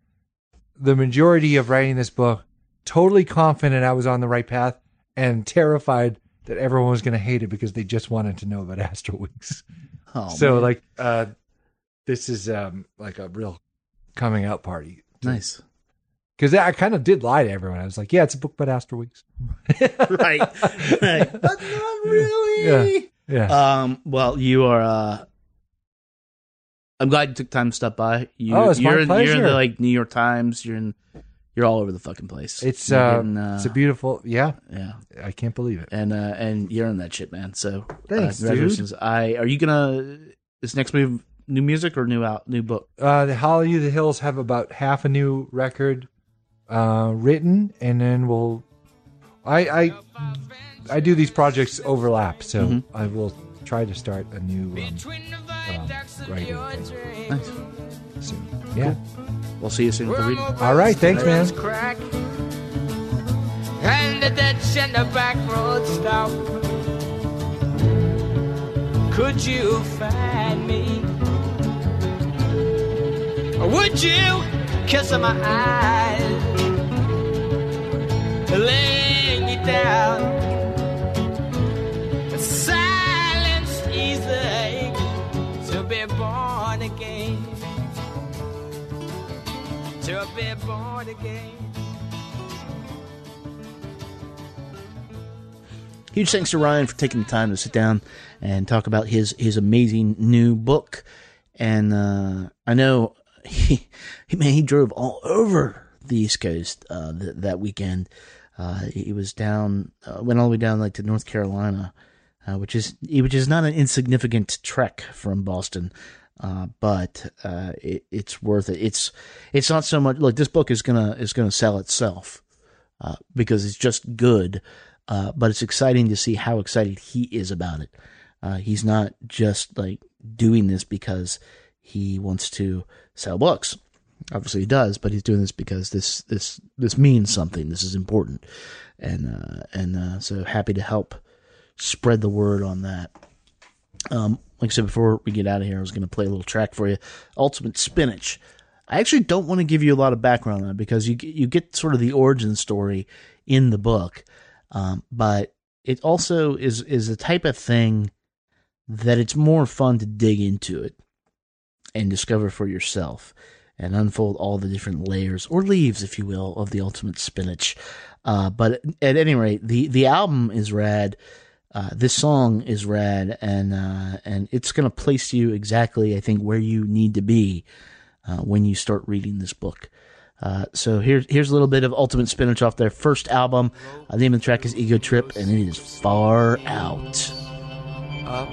Speaker 6: the majority of writing this book totally confident I was on the right path and terrified that everyone was going to hate it because they just wanted to know about Astro Wings.
Speaker 5: Oh,
Speaker 6: so
Speaker 5: man.
Speaker 6: like uh this is um like a real coming out party
Speaker 5: nice.
Speaker 6: because I kind of did lie to everyone. I was like, yeah, it's a book about Astro Wings.
Speaker 5: right. right. But not really.
Speaker 6: Yeah.
Speaker 5: Um, well, you are. Uh, I'm glad you took time to stop by. You,
Speaker 6: Oh, it's my
Speaker 5: you're in, You're in
Speaker 6: pleasure.
Speaker 5: the like New York Times. You're in. You're all over the fucking place.
Speaker 6: it's
Speaker 5: You're
Speaker 6: uh,
Speaker 5: getting, uh,
Speaker 6: it's a beautiful yeah.
Speaker 5: yeah,
Speaker 6: I can't believe it.
Speaker 5: and uh, and you're in that shit, man. So uh,
Speaker 6: Thanks, dude.
Speaker 5: congratulations. I are you gonna is next move new music or new out new book?
Speaker 6: Uh, the Holly of the Hills have about half a new record uh, written, and then we'll. I I I do these projects overlap, so I will try to start a new um, um, writing thing
Speaker 5: Nice.
Speaker 6: soon. Yeah.
Speaker 5: We'll see you soon at the reading.
Speaker 6: All right. Thanks, man.
Speaker 7: crack and the ditch in the back road stop. Could you find me? Or would you kiss my eyes? Lay me down. Silence is the ache to be born again. To be born again.
Speaker 5: Huge thanks to Ryan for taking the time to sit down and talk about his his amazing new book. And uh, I know he, he man he drove all over the East Coast uh, th- that weekend. Uh, he was down uh, went all the way down like to North Carolina, uh, which is which is not an insignificant trek from Boston. Uh, but uh, it, it's worth it. It's it's not so much like this book is gonna is gonna sell itself uh, because it's just good. Uh, but it's exciting to see how excited he is about it. Uh, he's not just like doing this because he wants to sell books. Obviously, he does, but he's doing this because this this this means something. This is important, and uh, and uh, so happy to help spread the word on that. Um, like I said before, we get out of here. I was going to play a little track for you, Ultimate Spinach. I actually don't want to give you a lot of background on it because you you get sort of the origin story in the book, um, but it also is is the type of thing that it's more fun to dig into it and discover for yourself and unfold all the different layers or leaves, if you will, of the ultimate spinach. Uh, but at any rate, the the album is rad. Uh, this song is rad, and uh, and it's gonna place you exactly, I think, where you need to be uh, when you start reading this book. Uh, so here's here's a little bit of Ultimate Spinach off their first album. Uh, the name of the track is Ego Trip, and it is far out.
Speaker 8: up,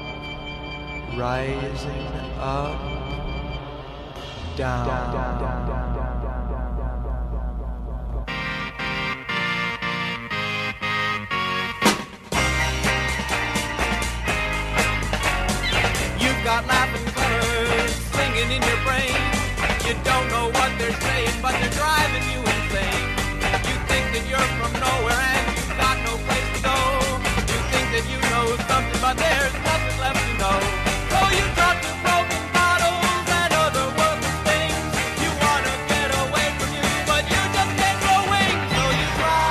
Speaker 8: rising up, down.
Speaker 7: You've got laughing colors singing in your brain. You don't know what they're saying, but they're driving you insane. You think that you're from nowhere and you've got no place to go. You think that you know something, but there's nothing left to know. So you talk to broken bottles and other worthless things. You wanna get away from you, but you just can't go wings. So you try.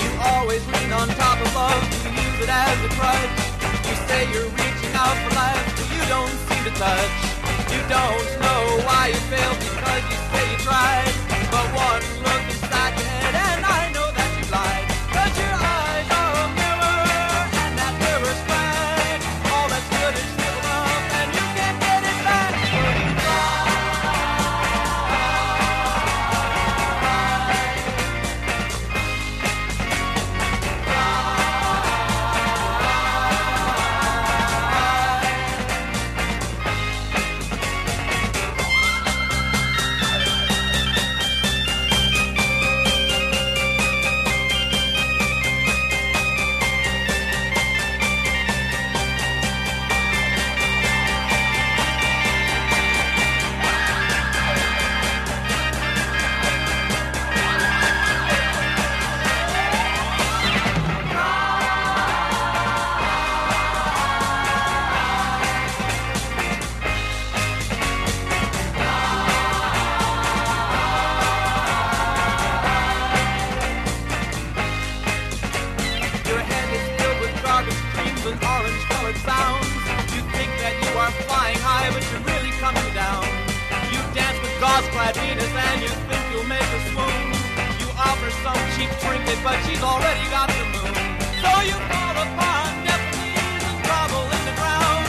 Speaker 7: You always lean on top of love, you use it as a crutch. You say you're reaching out for life, but you don't seem to touch. You don't know why you failed because you say you tried. But one look inside your head, and I know that you lied. But your eyes are a mirror, and that mirror's fine. All that's good is shriveled up, and you can't get it back. So you try. and you think you'll make a swoon. You offer some cheap trinket, but she's already got the moon. So you fall upon Neptune's and grovel in the ground.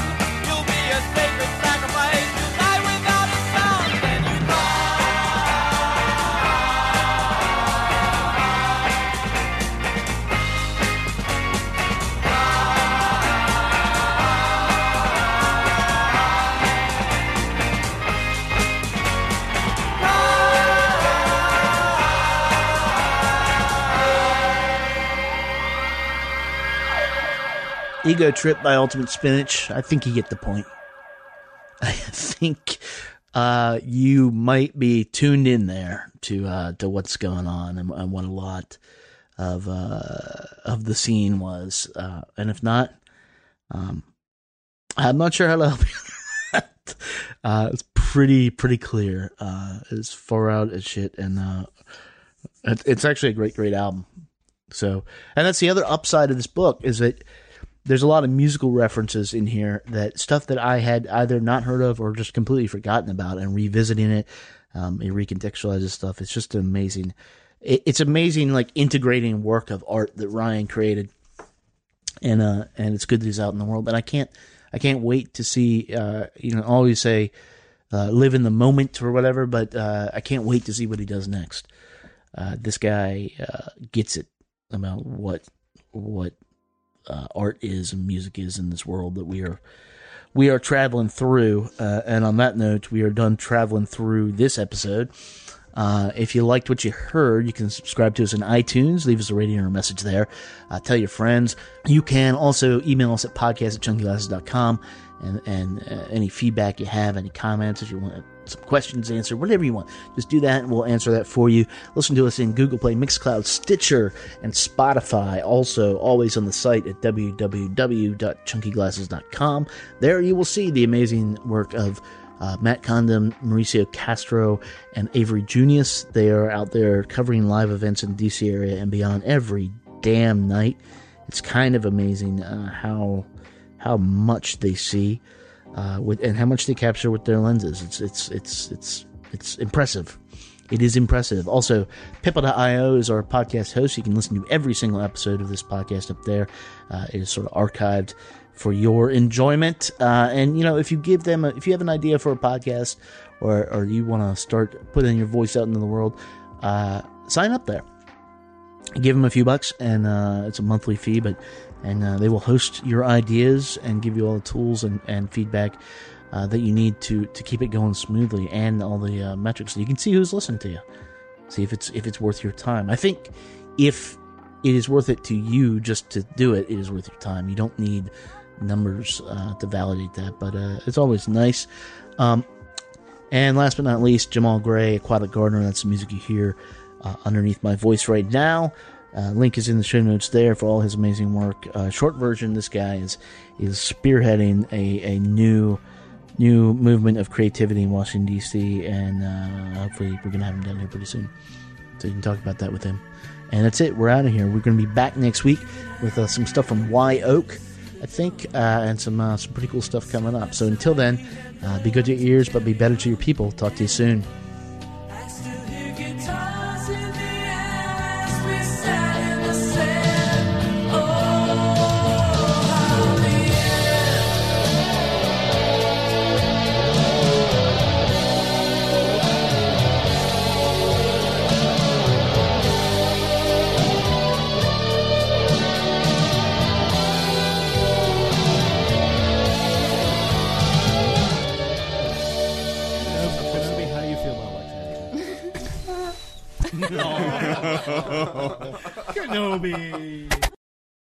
Speaker 7: You'll be a sacred sacrifice. You'll die without a sound. Then you
Speaker 5: Ego Trip by Ultimate Spinach. I think you get the point. I think uh, you might be tuned in there to uh, to what's going on and, and what a lot of uh, of the scene was. Uh, and if not, um, I'm not sure how to help you. uh, it's pretty pretty clear. Uh, it's far out as shit, and uh, it- it's actually a great great album. So, and that's the other upside of this book is that there's a lot of musical references in here that stuff that I had either not heard of or just completely forgotten about and revisiting it. Um, it recontextualizes stuff. It's just amazing. It, it's amazing, like integrating work of art that Ryan created, and uh, and it's good that he's out in the world. And I can't, I can't wait to see. Uh, you know, I always say, uh, live in the moment or whatever, but uh, I can't wait to see what he does next. Uh, this guy uh, gets it about what what uh, art is and music is in this world that we are we are traveling through. Uh, and on that note, we are done traveling through this episode. Uh, if you liked what you heard, you can subscribe to us in iTunes. Leave us a rating or a message there. Uh, tell your friends. You can also email us at podcast at chunkyglasses.com and, and uh, any feedback you have, any comments, if you want some questions answered, whatever you want, just do that and we'll answer that for you. Listen to us in Google Play, Mixcloud, Stitcher, and Spotify. Also, always on the site at www.chunkyglasses.com. There you will see the amazing work of uh, Matt Condon, Mauricio Castro, and Avery Junius. They are out there covering live events in the DC area and beyond every damn night. It's kind of amazing uh, how how much they see uh, with and how much they capture with their lenses. It's it's it's it's it's impressive. It is impressive. Also, Pippa.io is our podcast host. You can listen to every single episode of this podcast up there. Uh, it is sort of archived for your enjoyment. Uh, and you know, if you give them, a, if you have an idea for a podcast, or or you want to start putting your voice out into the world, uh, sign up there give them a few bucks and uh, it's a monthly fee but and uh, they will host your ideas and give you all the tools and, and feedback uh, that you need to to keep it going smoothly and all the uh, metrics so you can see who's listening to you see if it's if it's worth your time i think if it is worth it to you just to do it it is worth your time you don't need numbers uh, to validate that but uh, it's always nice um, and last but not least, Jamal Gray, Aquatic Gardener. That's the music you hear uh, underneath my voice right now. Uh, link is in the show notes there for all his amazing work. Uh, short version: This guy is is spearheading a, a new new movement of creativity in Washington D.C. and uh, hopefully we're gonna have him down here pretty soon, so you can talk about that with him. And that's it. We're out of here. We're gonna be back next week with uh, some stuff from Y Oak. I think, uh, and some uh, some pretty cool stuff coming up. So until then, uh, be good to your ears, but be better to your people. Talk to you soon.
Speaker 9: I still hear guitars in the air as we sat in the sand. Oh, how we end.
Speaker 5: How do you feel about
Speaker 10: Kenobi.